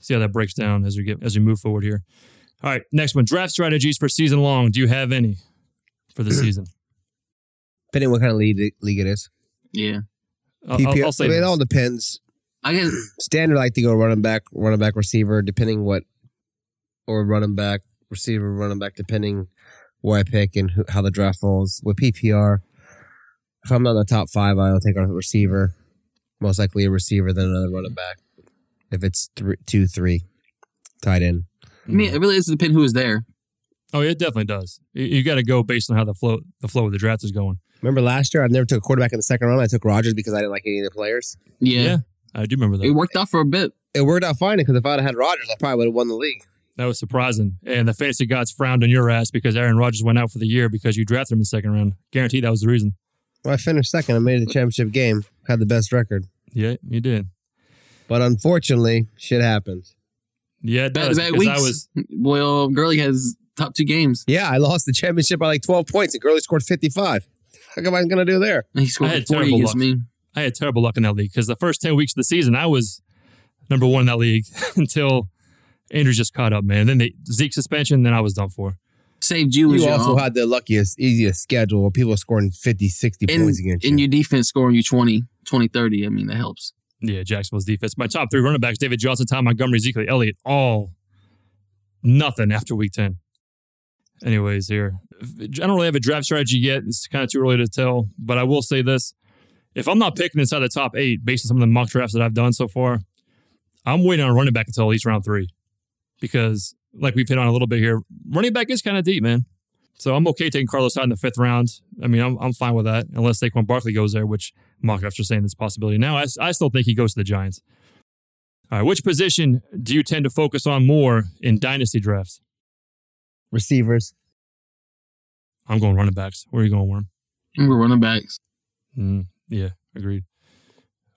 Speaker 1: See how that breaks down as we get as we move forward here. All right, next one. Draft strategies for season long. Do you have any for the season?
Speaker 2: Depending what kind of league, league it is.
Speaker 13: Yeah.
Speaker 1: I'll, I'll- I'll say
Speaker 2: I mean, it
Speaker 1: this.
Speaker 2: all depends
Speaker 13: I guess
Speaker 2: Standard like to go running back, running back receiver, depending what, or running back receiver, running back, depending where I pick and who, how the draft falls. With PPR, if I'm not in the top five, I'll take a receiver, most likely a receiver, then another running back. If it's three, two, three, tied in.
Speaker 13: I mean, it really is depend who is there.
Speaker 1: Oh, it definitely does. You, you got to go based on how the flow the flow of the draft is going.
Speaker 2: Remember last year, I never took a quarterback in the second round. I took Rogers because I didn't like any of the players.
Speaker 13: Yeah,
Speaker 1: I do remember that.
Speaker 13: it worked out for a bit.
Speaker 2: It worked out fine because if I'd have had Rogers, I probably would have won the league.
Speaker 1: That was surprising. And the fantasy gods frowned on your ass because Aaron Rodgers went out for the year because you drafted him in the second round. Guaranteed that was the reason.
Speaker 2: Well, I finished second. I made it to the championship game. Had the best record.
Speaker 1: Yeah, you did.
Speaker 2: But unfortunately, shit happens.
Speaker 1: Yeah, it
Speaker 13: Back
Speaker 1: does.
Speaker 13: to back
Speaker 1: 'cause
Speaker 13: weeks.
Speaker 1: I was
Speaker 13: Well, Gurley has top two games.
Speaker 2: Yeah, I lost the championship by like 12 points and Gurley scored 55. How come I going to do there?
Speaker 13: He
Speaker 1: I
Speaker 13: scored
Speaker 1: had
Speaker 13: forty
Speaker 1: terrible
Speaker 13: against
Speaker 1: luck.
Speaker 13: me.
Speaker 1: I had terrible luck in that league because the first ten weeks of the season I was number one in that league until Andrews just caught up, man. Then the Zeke suspension, then I was done for.
Speaker 13: Saved you. was
Speaker 2: You
Speaker 13: your
Speaker 2: also
Speaker 13: own.
Speaker 2: had the luckiest, easiest schedule where people are scoring 50, 60
Speaker 13: and,
Speaker 2: points against
Speaker 13: and
Speaker 2: you.
Speaker 13: your defense scoring you 20, 20, 30. I mean, that helps.
Speaker 1: Yeah, Jacksonville's defense. My top three running backs: David Johnson, Tom Montgomery, Ezekiel Elliott. All nothing after week ten. Anyways, here I don't really have a draft strategy yet. It's kind of too early to tell, but I will say this: if I'm not picking inside the top eight based on some of the mock drafts that I've done so far, I'm waiting on running back until at least round three, because like we've hit on a little bit here, running back is kind of deep, man. So I'm okay taking Carlos Hyde in the fifth round. I mean, I'm, I'm fine with that, unless Saquon Barkley goes there, which mock drafts are saying this possibility. Now, I, s- I still think he goes to the Giants. All right, which position do you tend to focus on more in dynasty drafts?
Speaker 2: Receivers.
Speaker 1: I'm going running backs. Where are you going, Worm?
Speaker 13: And we're running backs.
Speaker 1: Mm, yeah, agreed.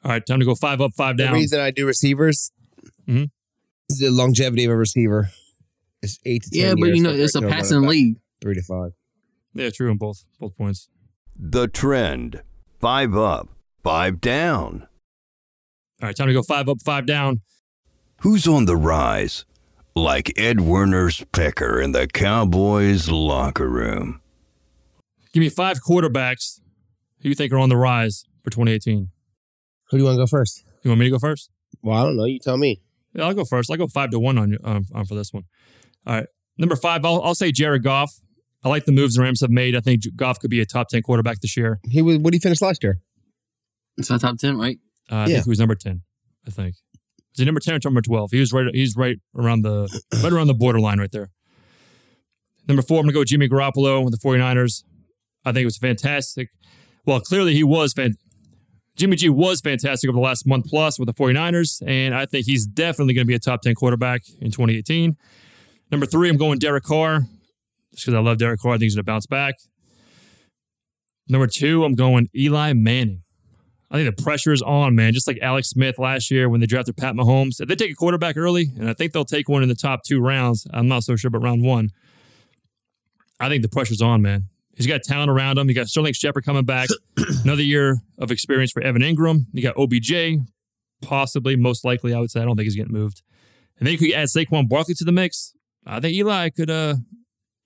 Speaker 1: All right, time to go five up, five
Speaker 2: The
Speaker 1: down.
Speaker 2: reason I do receivers
Speaker 13: Mm-hmm.
Speaker 1: Mhm.
Speaker 2: is the longevity of a receiver. It's eight to 10
Speaker 13: Yeah, but
Speaker 2: years
Speaker 13: you know,
Speaker 2: compared
Speaker 13: it's a
Speaker 2: to running
Speaker 13: passing
Speaker 2: back,
Speaker 13: league.
Speaker 2: Three to five.
Speaker 1: Yeah, true on both both points.
Speaker 3: The trend. Five up, five down.
Speaker 1: All right, time to go five up, five down.
Speaker 3: Who's on the rise? Like Ed Werner's pecker in the Cowboys locker room.
Speaker 1: Give me five quarterbacks who you think are on the rise for 2018.
Speaker 2: Who do you want to go first?
Speaker 1: You want me to go first?
Speaker 2: Well, I don't know. You tell me.
Speaker 1: Yeah, I'll go first. I'll go five to one on you um, um, for this one. All right, number five. I'll, I'll say Jared Goff. I like the moves the Rams have made. I think J- Goff could be a top ten quarterback this year.
Speaker 2: He was, what did he finish last year?
Speaker 13: It's not top 10, right?
Speaker 1: Uh, I
Speaker 2: Yeah.
Speaker 1: think he was number ten. I think was he number ten or number twelve? He was right. He's right around the right around the borderline right there. Number four, I'm gonna go Jimmy Garoppolo with the 49ers. I think it was fantastic. Well, clearly he was fan- Jimmy G was fantastic over the last month plus with the 49ers, and I think he's definitely going to be a top 10 quarterback in 2018. Number three, I'm going Derek Carr, just because I love Derek Carr. I think he's going to bounce back. Number two, I'm going Eli Manning. I think the pressure is on, man. Just like Alex Smith last year when they drafted Pat Mahomes. If they take a quarterback early, and I think they'll take one in the top two rounds, I'm not so sure about round one. I think the pressure's on, man. He's got talent around him. You got Sterling Shepard coming back. Another year of experience for Evan Ingram. You got OBJ, possibly, most likely, I would say. I don't think he's getting moved. And then you could add Saquon Barkley to the mix. I think Eli could, uh,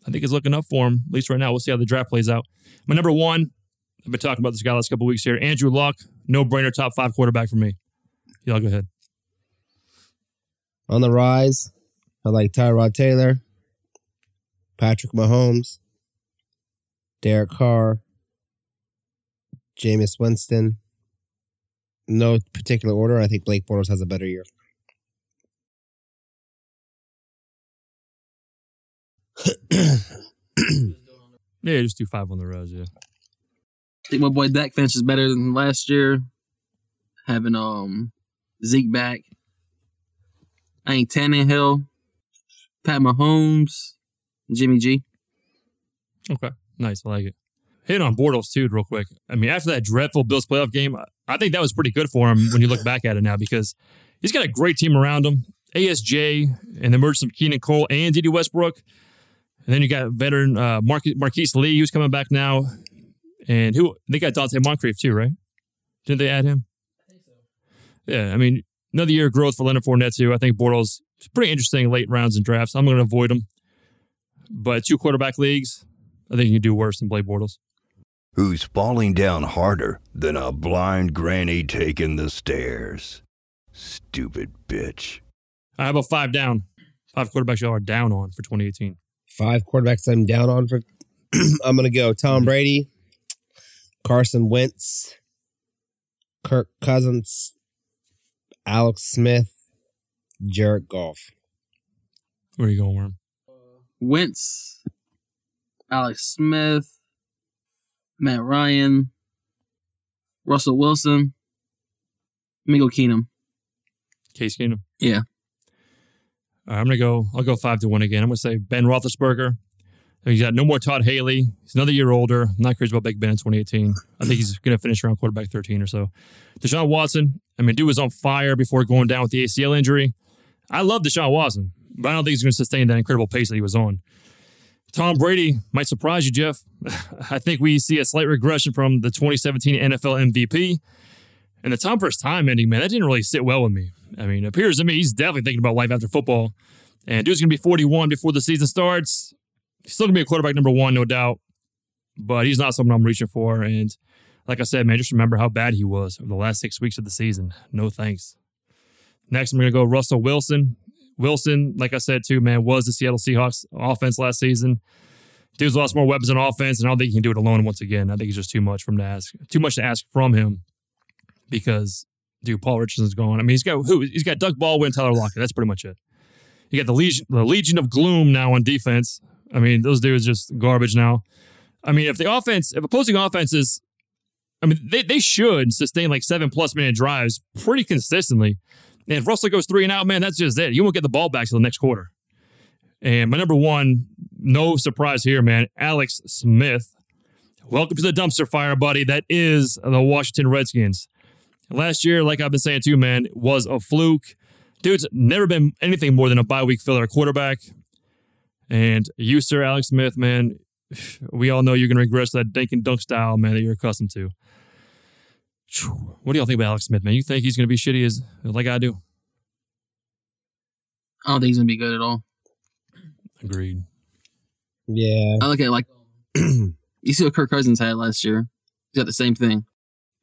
Speaker 1: I think is looking up for him, at least right now. We'll see how the draft plays out. My number one, I've been talking about this guy last couple weeks here. Andrew Luck, no brainer, top five quarterback for me. Y'all go ahead.
Speaker 2: on the rise. I like Tyrod Taylor, Patrick Mahomes, Derek Carr, Jameis Winston. No particular order. I think Blake Bortles has a better year.
Speaker 1: Yeah, just do five on the rows. Yeah.
Speaker 13: I think my boy Dak finishes better than last year. Having um Zeke back. I ain't Tannehill, Pat Mahomes, Jimmy G.
Speaker 1: Okay. Nice. I like it. Hit on Bortles too, real quick. I mean, after that dreadful Bills playoff game, I- I think that was pretty good for him when you look back at it now because he's got a great team around him. ASJ and the emergence of Keenan Cole and D.D. Westbrook. And then you got veteran uh, Mar- Marquise Lee, who's coming back now. And who they got Dante Moncrief too, right? Didn't they add him? Yeah, I mean, another year of growth for Leonard Fournette too. I think Bortles is pretty interesting late rounds and drafts. I'm going to avoid him, but two quarterback leagues, I think you can do worse than Blake Bortles.
Speaker 3: Who's falling down harder than a blind granny taking the stairs? Stupid bitch.
Speaker 1: All right, about five down. Five quarterbacks y'all are down on for 2018.
Speaker 2: Five quarterbacks I'm down on for. I'm going to go Tom Brady, Carson Wentz, Kirk Cousins, Alex Smith, Jared Goff.
Speaker 1: Where are you going, Worm?
Speaker 13: Wentz, Alex Smith, Matt Ryan, Russell Wilson, Mingo Keenum.
Speaker 1: Case Keenum.
Speaker 13: Yeah.
Speaker 1: All right, I'm gonna go. I'll go five to one again. I'm gonna say Ben Roethlisberger. He's got no more Todd Haley. He's another year older. I'm not crazy about Big Ben in 2018. I think he's gonna finish around quarterback 13 or so. Deshaun Watson. I mean, dude was on fire before going down with the ACL injury. I love Deshaun Watson, but I don't think he's gonna sustain that incredible pace that he was on. Tom Brady might surprise you, Jeff. I think we see a slight regression from the 2017 NFL MVP. And the Tom first time ending, man, that didn't really sit well with me. I mean, it appears to me he's definitely thinking about life after football. And dude's gonna be 41 before the season starts. He's still gonna be a quarterback number one, no doubt. But he's not someone I'm reaching for. And like I said, man, just remember how bad he was over the last six weeks of the season. No thanks. Next, I'm gonna go Russell Wilson. Wilson, like I said too, man, was the Seattle Seahawks offense last season. Dude's lost more weapons in offense, and I don't think he can do it alone once again. I think it's just too much from to ask, too much to ask from him because dude, Paul Richardson's gone. I mean, he's got who? He's got Doug Baldwin, Tyler Lockett. That's pretty much it. You got the legion, the legion of gloom now on defense. I mean, those dudes just garbage now. I mean, if the offense, if opposing offenses, I mean, they, they should sustain like seven plus minute drives pretty consistently. And if Russell goes three and out, man, that's just it. You won't get the ball back till the next quarter. And my number one, no surprise here, man, Alex Smith. Welcome to the dumpster fire, buddy. That is the Washington Redskins. Last year, like I've been saying too, man, was a fluke. Dude's never been anything more than a bye week filler quarterback. And you, sir, Alex Smith, man, we all know you're going to regress that dink and dunk style, man, that you're accustomed to. Whew. What do y'all think about Alex Smith, man? You think he's going to be shitty as like I do?
Speaker 13: I don't think he's gonna be good at all.
Speaker 1: Agreed.
Speaker 2: Yeah.
Speaker 13: I look at like you see what Kirk Cousins had last year. He's got the same thing.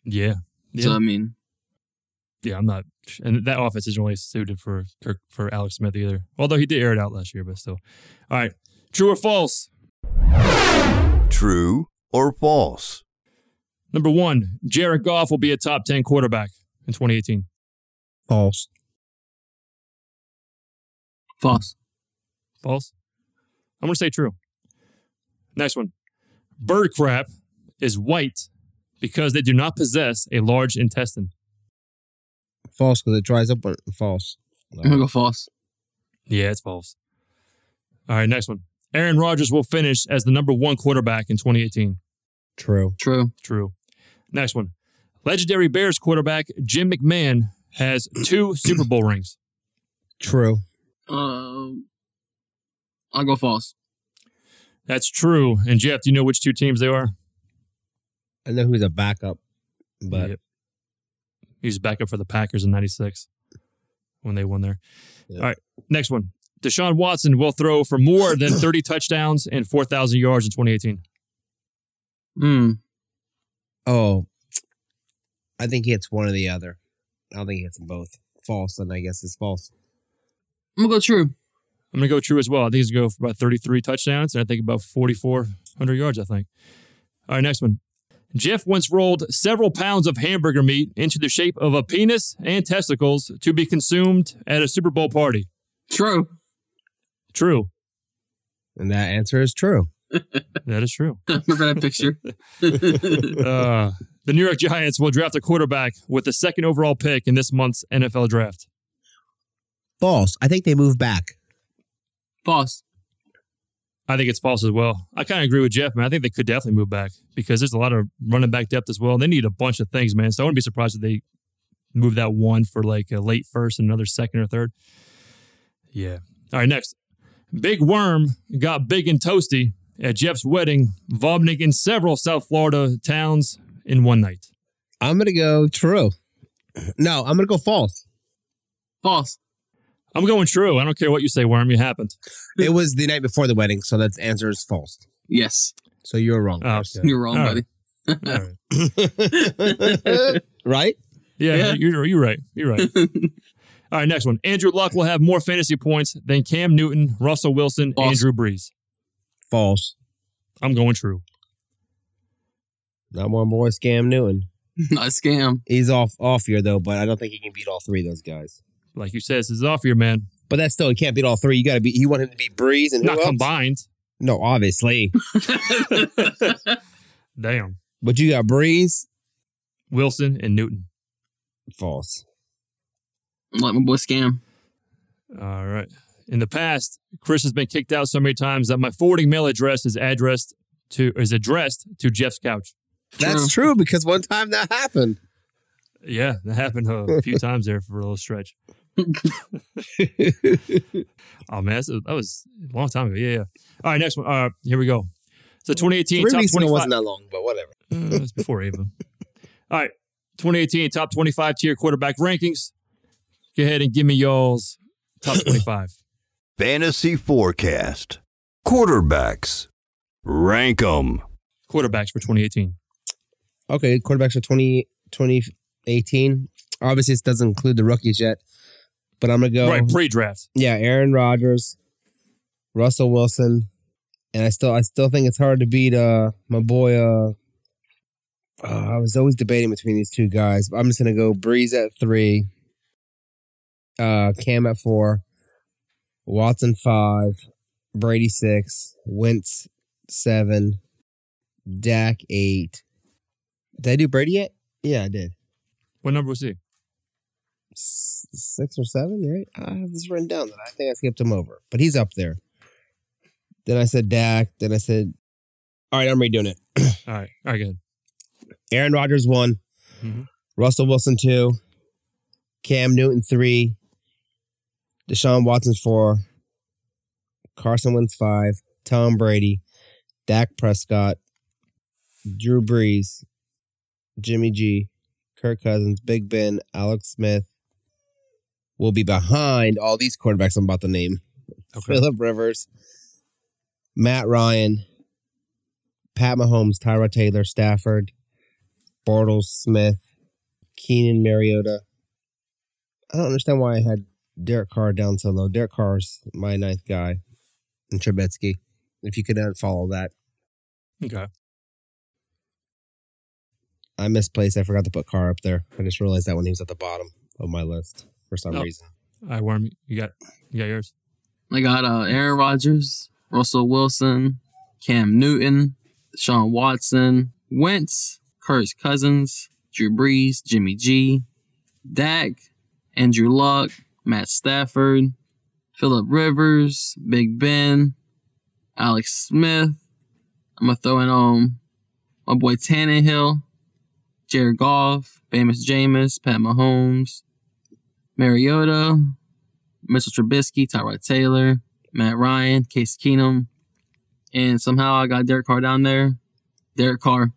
Speaker 1: Yeah. yeah.
Speaker 13: So I mean,
Speaker 1: yeah, I'm not, and that offense isn't really suited for Kirk, for Alex Smith either. Although he did air it out last year, but still. All right, true or false?
Speaker 3: True or false?
Speaker 1: Number one, Jared Goff will be a top ten quarterback in 2018.
Speaker 2: False.
Speaker 13: False.
Speaker 1: False. I'm gonna say true. Next one, bird crap is white because they do not possess a large intestine.
Speaker 2: False, because it dries up. But false.
Speaker 13: I'm gonna go false.
Speaker 1: Yeah, it's false. All right, next one. Aaron Rodgers will finish as the number one quarterback in 2018.
Speaker 2: True.
Speaker 13: True.
Speaker 1: True. Next one. Legendary Bears quarterback Jim McMahon has two Super Bowl rings.
Speaker 2: True.
Speaker 13: Um, I'll go false.
Speaker 1: That's true. And Jeff, do you know which two teams they are?
Speaker 2: I know who's a backup, but yep.
Speaker 1: he was backup for the Packers in '96 when they won there. Yep. All right, next one. Deshaun Watson will throw for more than 30 touchdowns and 4,000 yards in 2018.
Speaker 13: Hmm.
Speaker 2: Oh, I think he hits one or the other. I don't think he hits them both. False, and I guess it's false.
Speaker 13: I'm gonna go true.
Speaker 1: I'm gonna go true as well. I think he's gonna go for about 33 touchdowns and I think about 4,400 yards. I think. All right, next one. Jeff once rolled several pounds of hamburger meat into the shape of a penis and testicles to be consumed at a Super Bowl party.
Speaker 13: True.
Speaker 1: True.
Speaker 2: And that answer is true.
Speaker 1: that is true.
Speaker 13: Remember that picture?
Speaker 1: uh, the New York Giants will draft a quarterback with the second overall pick in this month's NFL draft.
Speaker 2: False. I think they move back.
Speaker 13: False.
Speaker 1: I think it's false as well. I kind of agree with Jeff, man. I think they could definitely move back because there's a lot of running back depth as well. They need a bunch of things, man. So I wouldn't be surprised if they move that one for like a late first and another second or third. Yeah. All right, next. Big Worm got big and toasty at Jeff's wedding, vomiting in several South Florida towns in one night.
Speaker 2: I'm going to go true. No, I'm going to go false.
Speaker 13: False.
Speaker 1: I'm going true. I don't care what you say, Worm. You happened.
Speaker 2: It was the night before the wedding, so that answer is false.
Speaker 13: Yes.
Speaker 2: So you're wrong.
Speaker 1: Oh,
Speaker 13: okay. You're wrong,
Speaker 1: All
Speaker 13: buddy.
Speaker 1: right. All right.
Speaker 2: right?
Speaker 1: Yeah,
Speaker 13: Yeah.
Speaker 1: You're, you're right. You're right. All right, next one. Andrew Luck will have more fantasy points than Cam Newton, Russell Wilson, and Drew Brees.
Speaker 2: False.
Speaker 1: I'm going true.
Speaker 2: Not more boy scam Newton.
Speaker 13: Not a scam.
Speaker 2: He's off off here though, but I don't think he can beat all three of those guys.
Speaker 1: Like you said, this is off your man.
Speaker 2: But that's still he can't beat all three. You got to be. You want him to beat Breeze and who
Speaker 1: Not
Speaker 2: else?
Speaker 1: combined.
Speaker 2: No, obviously.
Speaker 1: Damn.
Speaker 2: But you got Breeze.
Speaker 1: Wilson and Newton.
Speaker 2: False.
Speaker 13: Like my boy Scam.
Speaker 1: All right. In the past, Chris has been kicked out so many times that my forwarding mail address is addressed to is addressed to Jeff's couch.
Speaker 2: That's true because one time that happened.
Speaker 1: Yeah, that happened uh, a few times there for a little stretch. oh man, that's- that was a long time ago. Yeah, yeah. All right, next one. All right, here we go. So 2018
Speaker 2: Three
Speaker 1: top
Speaker 2: weeks ago
Speaker 1: 25
Speaker 2: wasn't that long, but whatever.
Speaker 1: Uh, that's before Ava. All right. 2018 top 25 tier quarterback rankings. Go ahead and give me y'all's top 25.
Speaker 3: Fantasy Forecast. Quarterbacks. Rank 'em.
Speaker 1: quarterbacks for 2018.
Speaker 2: Okay, quarterbacks for 20, 2018. Obviously, this doesn't include the rookies yet, but I'm gonna go
Speaker 1: Right, pre draft.
Speaker 2: Yeah, Aaron Rodgers, Russell Wilson, and I still I still think it's hard to beat uh my boy uh, uh, I was always debating between these two guys, but I'm just gonna go Breeze at three, uh Cam at four, Watson five, Brady six, Wentz seven, Dak eight. Did I do Brady yet? Yeah, I did.
Speaker 1: What number was he?
Speaker 2: S- Six or seven, right? I have this written down that I think I skipped him over, but he's up there. Then I said Dak. Then I said, all right, I'm redoing it.
Speaker 1: All right. All right, good.
Speaker 2: Aaron Rodgers one,
Speaker 1: Mhm.
Speaker 2: Russell Wilson two, Cam Newton three, Deshaun Watson four, Carson Wentz five, Tom Brady, Dak Prescott, Drew Brees, Jimmy G, Kirk Cousins, Big Ben, Alex Smith. Will be behind all these quarterbacks I'm about to name. Philip Rivers, Matt Ryan, Pat Mahomes, Tyra Taylor, Stafford, Bartles Smith, Keenan Mariota. I don't understand why I had Derek Carr down so low. Derek Carr's my ninth guy, and Trubetsky. If you could unfollow that,
Speaker 1: Okay.
Speaker 2: I misplaced. I forgot to put Carr up there. I just realized that when he was at the bottom of my list for some
Speaker 1: Oh.
Speaker 2: reason.
Speaker 1: All right, Worm, you got you got yours.
Speaker 13: I got uh, Aaron Rodgers, Russell Wilson, Cam Newton, Sean Watson, Wentz, Kirk Cousins, Drew Brees, Jimmy G, Dak, Andrew Luck, Matt Stafford, Phillip Rivers, Big Ben, Alex Smith. I'm gonna throw in um my boy Tannehill, Jared Goff, Famous Jameis, Pat Mahomes, Mariota, Mitchell Trubisky, Tyrod Taylor, Matt Ryan, Case Keenum, and somehow I got Derek Carr down there. Derek Carr.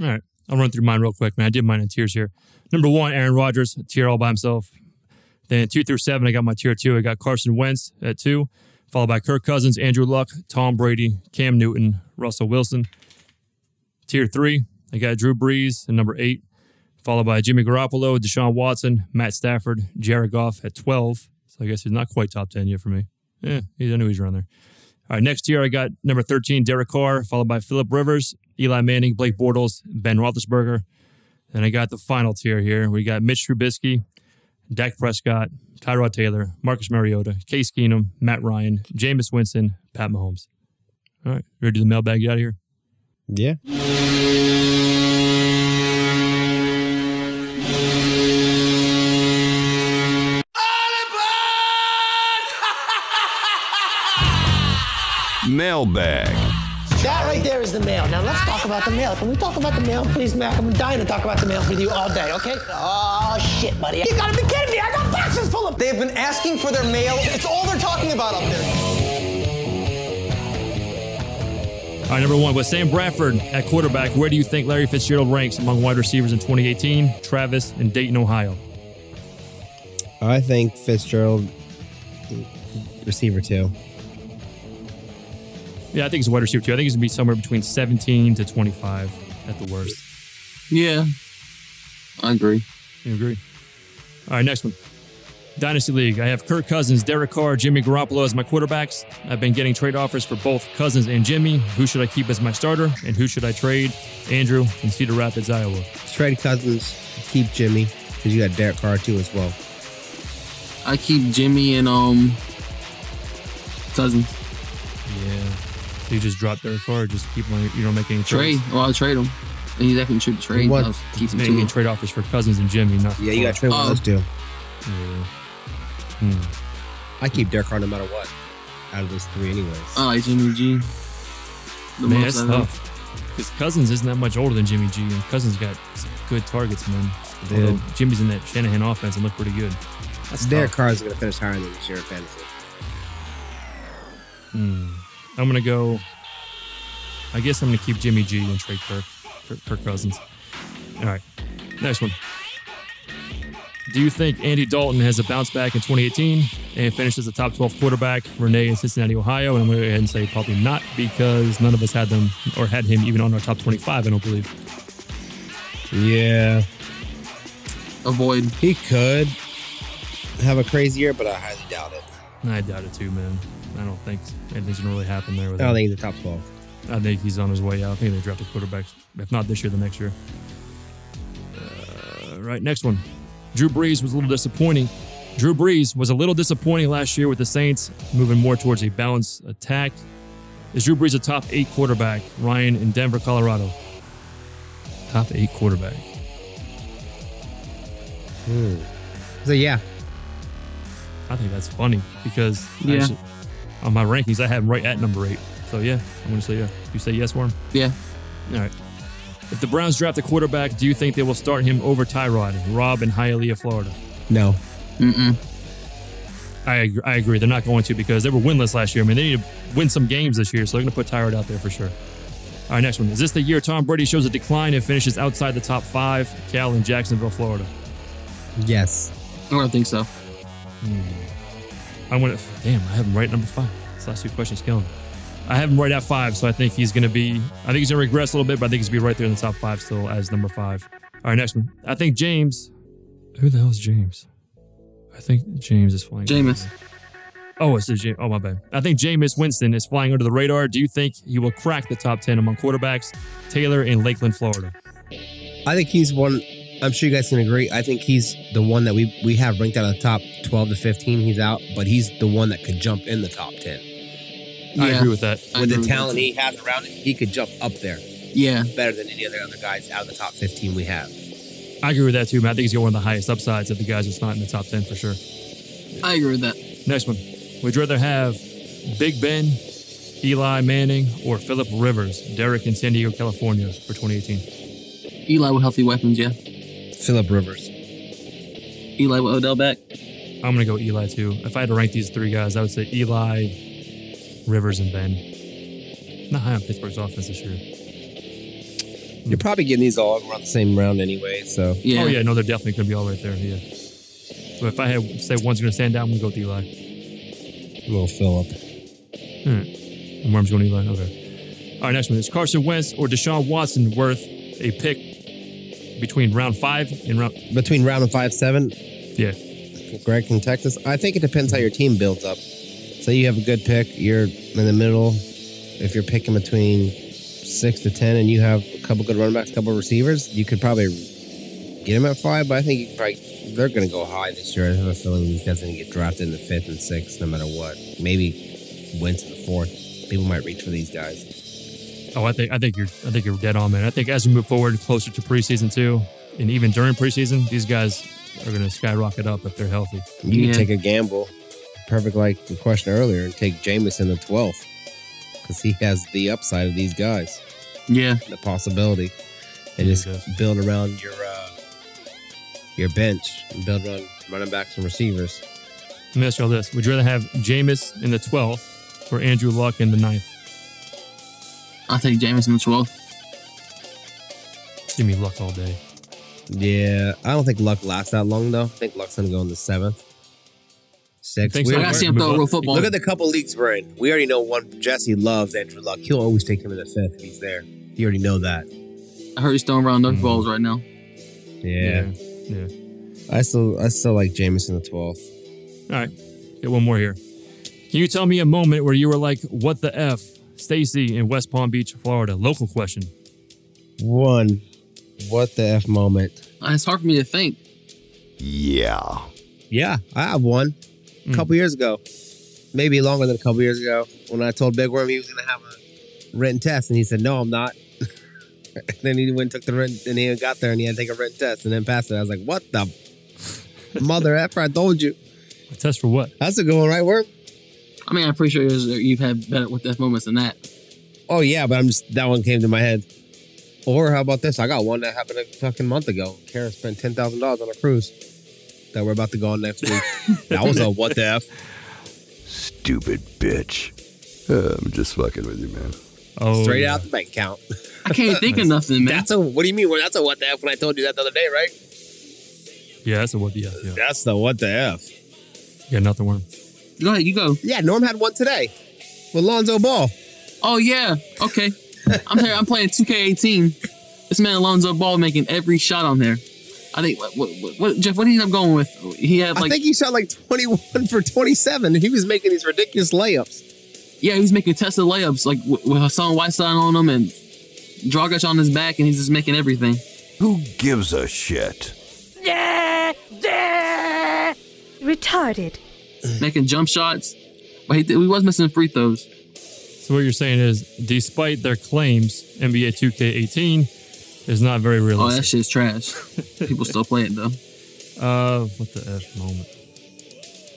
Speaker 1: All right. I'll run through mine real quick, man. I did mine in tiers here. Number one, Aaron Rodgers, tier all by himself. Then two through seven, I got my tier two. I got Carson Wentz at two, followed by Kirk Cousins, Andrew Luck, Tom Brady, Cam Newton, Russell Wilson. Tier three, I got Drew Brees at number eight, followed by Jimmy Garoppolo, Deshaun Watson, Matt Stafford, Jared Goff at 12. So I guess he's not quite top 10 yet for me. Yeah, he's, I knew he's around there. All right, next year I got number 13, Derek Carr, followed by Philip Rivers, Eli Manning, Blake Bortles, Ben Roethlisberger. And I got the final tier here. We got Mitch Trubisky, Dak Prescott, Tyrod Taylor, Marcus Mariota, Case Keenum, Matt Ryan, Jameis Winston, Pat Mahomes. All right, you ready to do the mailbag? Get out of here.
Speaker 2: Yeah.
Speaker 3: Mailbag.
Speaker 18: That right there is the mail. Now let's talk about the mail. Can we talk about the mail, please, Mac? I'm dying to talk about the mail with you all day, okay? Oh shit, buddy. You gotta be kidding me! I got boxes full of
Speaker 19: They've been asking for their mail. It's all they're talking about up there.
Speaker 1: All right, number one was Sam Bradford at quarterback. Where do you think Larry Fitzgerald ranks among wide receivers in 2018? Travis in Dayton, Ohio.
Speaker 2: I think Fitzgerald, receiver two.
Speaker 1: Yeah, I think he's a wide receiver too. I think he's gonna be somewhere between 17 to 25 at the worst.
Speaker 13: Yeah. I agree.
Speaker 1: You agree? All right, next one. Dynasty League, I have Kirk Cousins, Derek Carr, Jimmy Garoppolo as my quarterbacks. I've been getting trade offers for both Cousins and Jimmy. Who should I keep as my starter, and who should I trade? Andrew in Cedar Rapids, Iowa.
Speaker 2: Trade Cousins, keep Jimmy, because you got Derek Carr too as well.
Speaker 13: I keep Jimmy and um Cousins.
Speaker 1: Yeah. So you just drop Derek Carr, just keep him, you don't make any
Speaker 13: Trade.
Speaker 1: trades.
Speaker 13: Well, I'll trade him. And he's actually should trade.
Speaker 1: What?
Speaker 13: I'll keep him
Speaker 1: Making
Speaker 13: too.
Speaker 1: trade offers for Cousins and Jimmy, not
Speaker 2: Yeah, you got to trade one of
Speaker 13: Oh.
Speaker 2: those two.
Speaker 1: Yeah. Hmm.
Speaker 2: I keep Derek Carr no matter what. Out of those three, anyways.
Speaker 13: I like Jimmy G. The
Speaker 1: man,
Speaker 13: most
Speaker 1: that's
Speaker 13: I know.
Speaker 1: tough. Because Cousins isn't that much older than Jimmy G, and Cousins got some good targets, man.
Speaker 2: Dude.
Speaker 1: Although Jimmy's in that Shanahan offense and looked pretty good. That's
Speaker 2: Derek
Speaker 1: tough.
Speaker 2: Carr is going to finish higher than this year in fantasy.
Speaker 1: Hmm. I'm gonna go. I guess I'm gonna keep Jimmy G and trade Kirk, Kirk, Kirk Cousins. All right, next one. Do you think Andy Dalton has a bounce back in 2018 and finishes the top 12 quarterback? Renee in Cincinnati, Ohio, and I'm gonna go ahead and say probably not because none of us had them or had him even on our top 25. I don't believe.
Speaker 2: Yeah,
Speaker 13: Avoid.
Speaker 2: he could have a crazy year, but I highly doubt it.
Speaker 1: I doubt it too, man. I don't think anything's gonna really happen there.
Speaker 2: I
Speaker 1: With
Speaker 2: don't
Speaker 1: him.
Speaker 2: think he's the top twelve.
Speaker 1: I think he's on his way out. I think they draft a quarterback, if not this year, the next year. Uh, right, next one. Drew Brees was a little disappointing. Drew Brees was a little disappointing last year with the Saints, moving more towards a balanced attack. Is Drew Brees a top eight quarterback? Ryan in Denver, Colorado. Top eight quarterback.
Speaker 2: So yeah,
Speaker 1: I think that's funny because
Speaker 13: Yeah.
Speaker 1: actually, on my rankings, I have him right at number eight. So yeah, I'm going to say yeah. You say yes, Warren?
Speaker 13: Yeah.
Speaker 1: All right. If the Browns draft a quarterback, do you think they will start him over Tyrod, Rob, in Hialeah, Florida?
Speaker 2: no,
Speaker 13: Mm-mm.
Speaker 1: I agree, I agree. They're not going to because they were winless last year. I mean, they need to win some games this year, so they're going to put Tyrod out there for sure. All right, next one. Is this the year Tom Brady shows a decline and finishes outside the top five? Cal in Jacksonville, Florida.
Speaker 2: yes,
Speaker 13: I don't think so.
Speaker 1: I'm gonna. Damn, I have him right at number five. This last two questions killing me. I have him right at five, so I think he's gonna be. I think he's gonna regress a little bit, but I think he's gonna be right there in the top five still as number five. All right, next one. I think James. Who the hell is James? I think James is flying.
Speaker 13: Jameis.
Speaker 1: Oh, it's James. Oh my bad. I think Jameis Winston is flying under the radar. Do you think he will crack the top ten among quarterbacks? Taylor in Lakeland, Florida.
Speaker 2: I think he's one. I'm sure you guys can agree. I think he's the one that we we have ranked out of the top twelve to fifteen. He's out, but he's the one that could jump in the top ten
Speaker 1: I
Speaker 13: Yeah.
Speaker 1: agree with that.
Speaker 13: I
Speaker 2: with
Speaker 13: agree
Speaker 2: the
Speaker 13: that,
Speaker 2: talent
Speaker 13: too.
Speaker 2: he has around him. He could jump up there
Speaker 13: Yeah.
Speaker 2: better than any other other guys out of the top fifteen we have.
Speaker 1: I agree with that too, man. I think he's got one of the highest upsides of the guys that's not in the top ten for sure.
Speaker 13: I agree with that.
Speaker 1: Next one. Would you rather have Big Ben, Eli Manning, or Philip Rivers, Derek in San Diego, California for 2018?
Speaker 13: Eli with healthy weapons, yeah.
Speaker 2: Philip Rivers.
Speaker 13: Eli with Odell back.
Speaker 1: I'm going to go Eli too. If I had to rank these three guys, I would say Eli, Rivers, and Ben. Not high on Pittsburgh's offense this year.
Speaker 2: You're probably getting these all around the same round anyway. So
Speaker 13: Yeah.
Speaker 1: Oh, yeah. No, they're definitely going to be all right there. Yeah. So if I had to say one's going to stand out, I'm going to go with Eli.
Speaker 2: little Philip.
Speaker 1: All right. And Worm's going Eli. Okay. All right, next one is Carson Wentz or Deshaun Watson worth a pick between round five and round.
Speaker 2: Between round and five seven,
Speaker 1: Yeah.
Speaker 2: Greg from Texas. I think it depends how your team builds up. Say you have a good pick, you're in the middle. If you're picking between six to ten, and you have a couple good running backs, a couple receivers, you could probably get him at five. But I think you could probably, they're going to go high this year. I have a feeling these guys are going to get drafted in the fifth and sixth, no matter what. Maybe win to the fourth. People might reach for these guys.
Speaker 1: Oh, I think I think you're I think you're dead on, man. I think as we move forward closer to preseason too, and even during preseason, these guys are going to skyrocket up if they're healthy.
Speaker 2: You
Speaker 13: Yeah.
Speaker 2: can take a gamble, perfect like the question earlier, and take Jameis in the twelfth because he has the upside of these guys.
Speaker 13: Yeah.
Speaker 2: the possibility and
Speaker 1: Yeah,
Speaker 2: just build around your uh, your bench and build around running backs and receivers.
Speaker 1: Let me ask y'all this: Would you rather have Jameis in the twelfth or Andrew Luck in the ninth?
Speaker 13: I take Jameis in the 12th.
Speaker 1: Give me Luck all day.
Speaker 2: Yeah, I don't think Luck lasts that long though. I think Luck's gonna go in the seventh, sixth.
Speaker 1: Think
Speaker 2: We
Speaker 1: so?
Speaker 13: I
Speaker 2: already-
Speaker 13: gotta see him throw a real football.
Speaker 2: Look at the couple leagues we're in. We already know one. Jesse loves Andrew Luck. He'll always take him in the fifth if he's there. You already know that.
Speaker 13: I heard he's throwing around knuckleballs
Speaker 1: Mm.
Speaker 13: balls right now.
Speaker 2: Yeah,
Speaker 1: yeah.
Speaker 2: I still I still like Jameis in the twelfth.
Speaker 1: All right, get one more here. Can you tell me a moment where you were like, "What the f, Stacy?" in West Palm Beach, Florida? Local question.
Speaker 2: One. What the f moment?
Speaker 13: Uh, It's hard for me to think.
Speaker 3: Yeah.
Speaker 2: Yeah, I have one. A couple years ago, maybe longer than a couple years ago, when I told Big Worm he was gonna have a written test, and he said, "No, I'm not." and then he went and took the written, and he got there, and he had to take a written test, and then passed it. I was like, "What the mother after I told you?"
Speaker 1: A test for what?
Speaker 2: That's a good one, right, Worm?
Speaker 13: I mean, I'm pretty sure yours- you've had better what the f moments than that.
Speaker 2: Oh yeah, but I'm just that one came to my head. Or how about this? I got one that happened a fucking month ago. Karen spent ten thousand dollars on a cruise that we're about to go on next week. that was a what the f?
Speaker 3: Stupid bitch. Uh, I'm just fucking with you, man.
Speaker 2: Straight
Speaker 1: Oh,
Speaker 2: out the bank account.
Speaker 13: I can't think of nothing, man.
Speaker 2: That's a what do you mean? Well, that's a what the f when I told you that the other day, right?
Speaker 1: Yeah, that's a what the f. Yeah.
Speaker 2: That's the what the f.
Speaker 1: Yeah, not the worm.
Speaker 13: Go ahead, you go.
Speaker 2: Yeah, Norm had one today with Lonzo Ball.
Speaker 13: Oh yeah. Okay. I'm here. I'm playing 2K18. This man Alonzo Ball making every shot on there. I think what, what, what, what Jeff? What did he end up going with? He had
Speaker 2: I
Speaker 13: like
Speaker 2: think he shot like twenty one for twenty seven, and he was making these ridiculous layups.
Speaker 13: yeah, he's making tested layups like with with Hassan Whiteside on him and Dragic on his back, and he's just making everything.
Speaker 3: Who gives a shit?
Speaker 4: Yeah, yeah.
Speaker 11: Retarded.
Speaker 2: Hmm.
Speaker 13: making jump shots, but he, did- he was missing free throws.
Speaker 1: So what you're saying is, despite their claims, NBA 2K18 is not very
Speaker 13: Oh, that
Speaker 1: realistic.
Speaker 13: shit's trash. People still play it though.
Speaker 1: uh, what the f moment?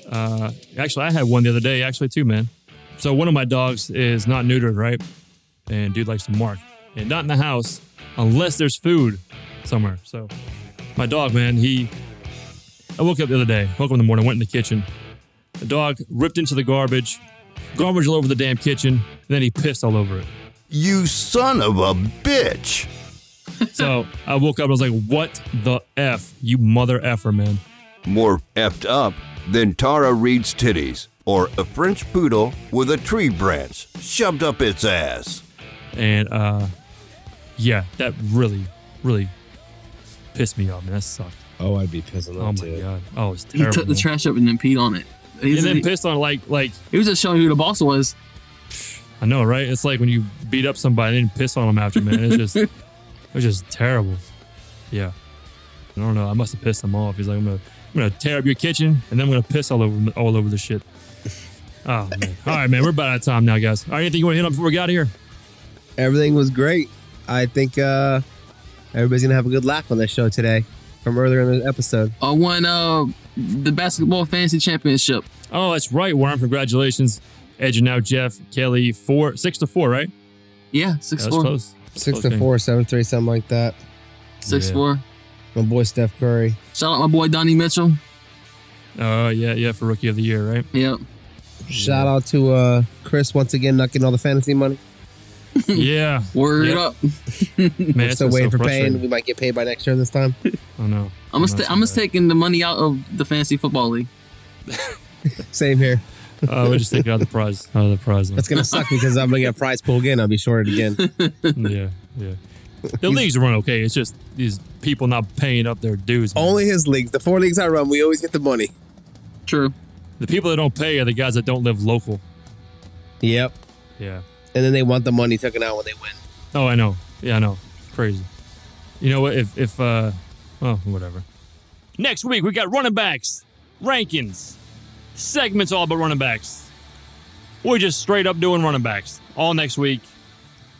Speaker 1: Uh, actually, I had one the other day, actually too, man. So one of my dogs is not neutered, right? And dude likes to mark, and not in the house unless there's food somewhere. So my dog, man, he. I woke up the other day. Woke up in the morning, went in the kitchen. The dog ripped into the garbage, garbage all over the damn kitchen, and then he pissed all over it.
Speaker 3: You son of a bitch.
Speaker 1: So I woke up. I was like, "What the f, you mother effer, man!"
Speaker 3: More effed up than Tara Reid's titties or a French poodle with a tree branch shoved up its ass.
Speaker 1: And uh, yeah, that really, really pissed me off, man. That sucked.
Speaker 2: Oh, I'd be pissing
Speaker 1: Oh my god. Oh, it's
Speaker 13: He
Speaker 1: terrible.
Speaker 13: took the
Speaker 1: man.
Speaker 13: trash up and then peed on it. He's-
Speaker 1: and then
Speaker 13: he-
Speaker 1: pissed on like like
Speaker 13: he was just showing who the boss was.
Speaker 1: I know, right? It's like when you beat up somebody and piss on them after, man. It's just it was just terrible. Yeah. I don't know. I must have pissed him off. He's like, I'm gonna, I'm gonna tear up your kitchen and then I'm gonna piss all over all over the shit. Oh man. All right, man. We're about out of time now, guys. All right, anything you want to hit on before we get out of here?
Speaker 2: Everything was great. I think uh, everybody's gonna have a good laugh on this show today from earlier in the episode.
Speaker 13: I won uh, the basketball fantasy championship.
Speaker 1: Oh, that's right, Warren. Congratulations, edging out Jeff Kelly four six to four, right?
Speaker 13: Yeah, six
Speaker 1: That was
Speaker 13: four,
Speaker 1: close.
Speaker 2: Six
Speaker 1: Close
Speaker 2: to
Speaker 1: game.
Speaker 2: four, seven three, something like that.
Speaker 13: six
Speaker 1: Yeah.
Speaker 13: four.
Speaker 2: My boy Steph Curry.
Speaker 13: Shout out my boy Donnie Mitchell.
Speaker 1: Oh yeah, yeah, for rookie of the year, right?
Speaker 13: Yep.
Speaker 2: Shout out to uh, Chris once again, not getting all the fantasy money.
Speaker 1: yeah.
Speaker 13: Word
Speaker 1: Yep.
Speaker 13: up.
Speaker 1: Man,
Speaker 2: We're
Speaker 1: it's
Speaker 2: still
Speaker 1: been so
Speaker 2: waiting for paying. We
Speaker 1: frustrating.
Speaker 2: might get paid by next year this time.
Speaker 1: I know.
Speaker 13: I'm
Speaker 1: I know,
Speaker 13: gonna
Speaker 1: it's
Speaker 13: I'm just
Speaker 1: bad.
Speaker 13: taking the money out of the fantasy football league.
Speaker 2: Same here.
Speaker 1: Oh, we're just taking out the prize. Out of the prize.
Speaker 2: That's gonna suck because I'm gonna get a prize pool again. I'll be shorted again.
Speaker 1: yeah, yeah. The leagues run okay. It's just these people not paying up their dues. man.
Speaker 2: Only his leagues, the four leagues I run, we always get the money.
Speaker 13: True.
Speaker 1: the people that don't pay are the guys that don't live local.
Speaker 2: Yep.
Speaker 1: Yeah.
Speaker 2: And then they want the money taken out when they win.
Speaker 1: Oh, I know. Yeah, I know. Crazy. You know what? If if uh, oh, whatever. Next week we got running backs, rankings, segments all about running backs. We're just straight up doing running backs all next week.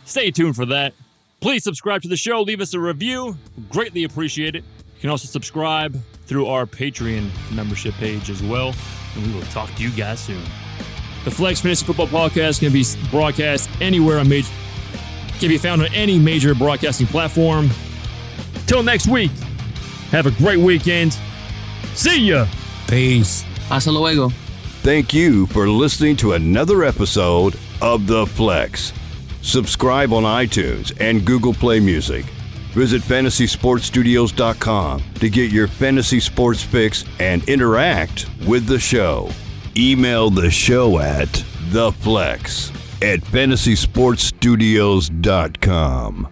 Speaker 1: Stay tuned for that. Please subscribe to the show. Leave us a review. Greatly appreciate it. You can also subscribe through our Patreon membership page as well. And we will talk to you guys soon. The Flex Fantasy Football Podcast can be broadcast anywhere on major can be found on any major broadcasting platform. Till next week, have a great weekend. See ya.
Speaker 2: Peace.
Speaker 13: Hasta luego.
Speaker 3: Thank you for listening to another episode of The Flex. Subscribe on iTunes and Google Play Music. Visit fantasysportstudios.com to get your fantasy sports fix and interact with the show. Email the show at theflex at fantasysportstudios.com.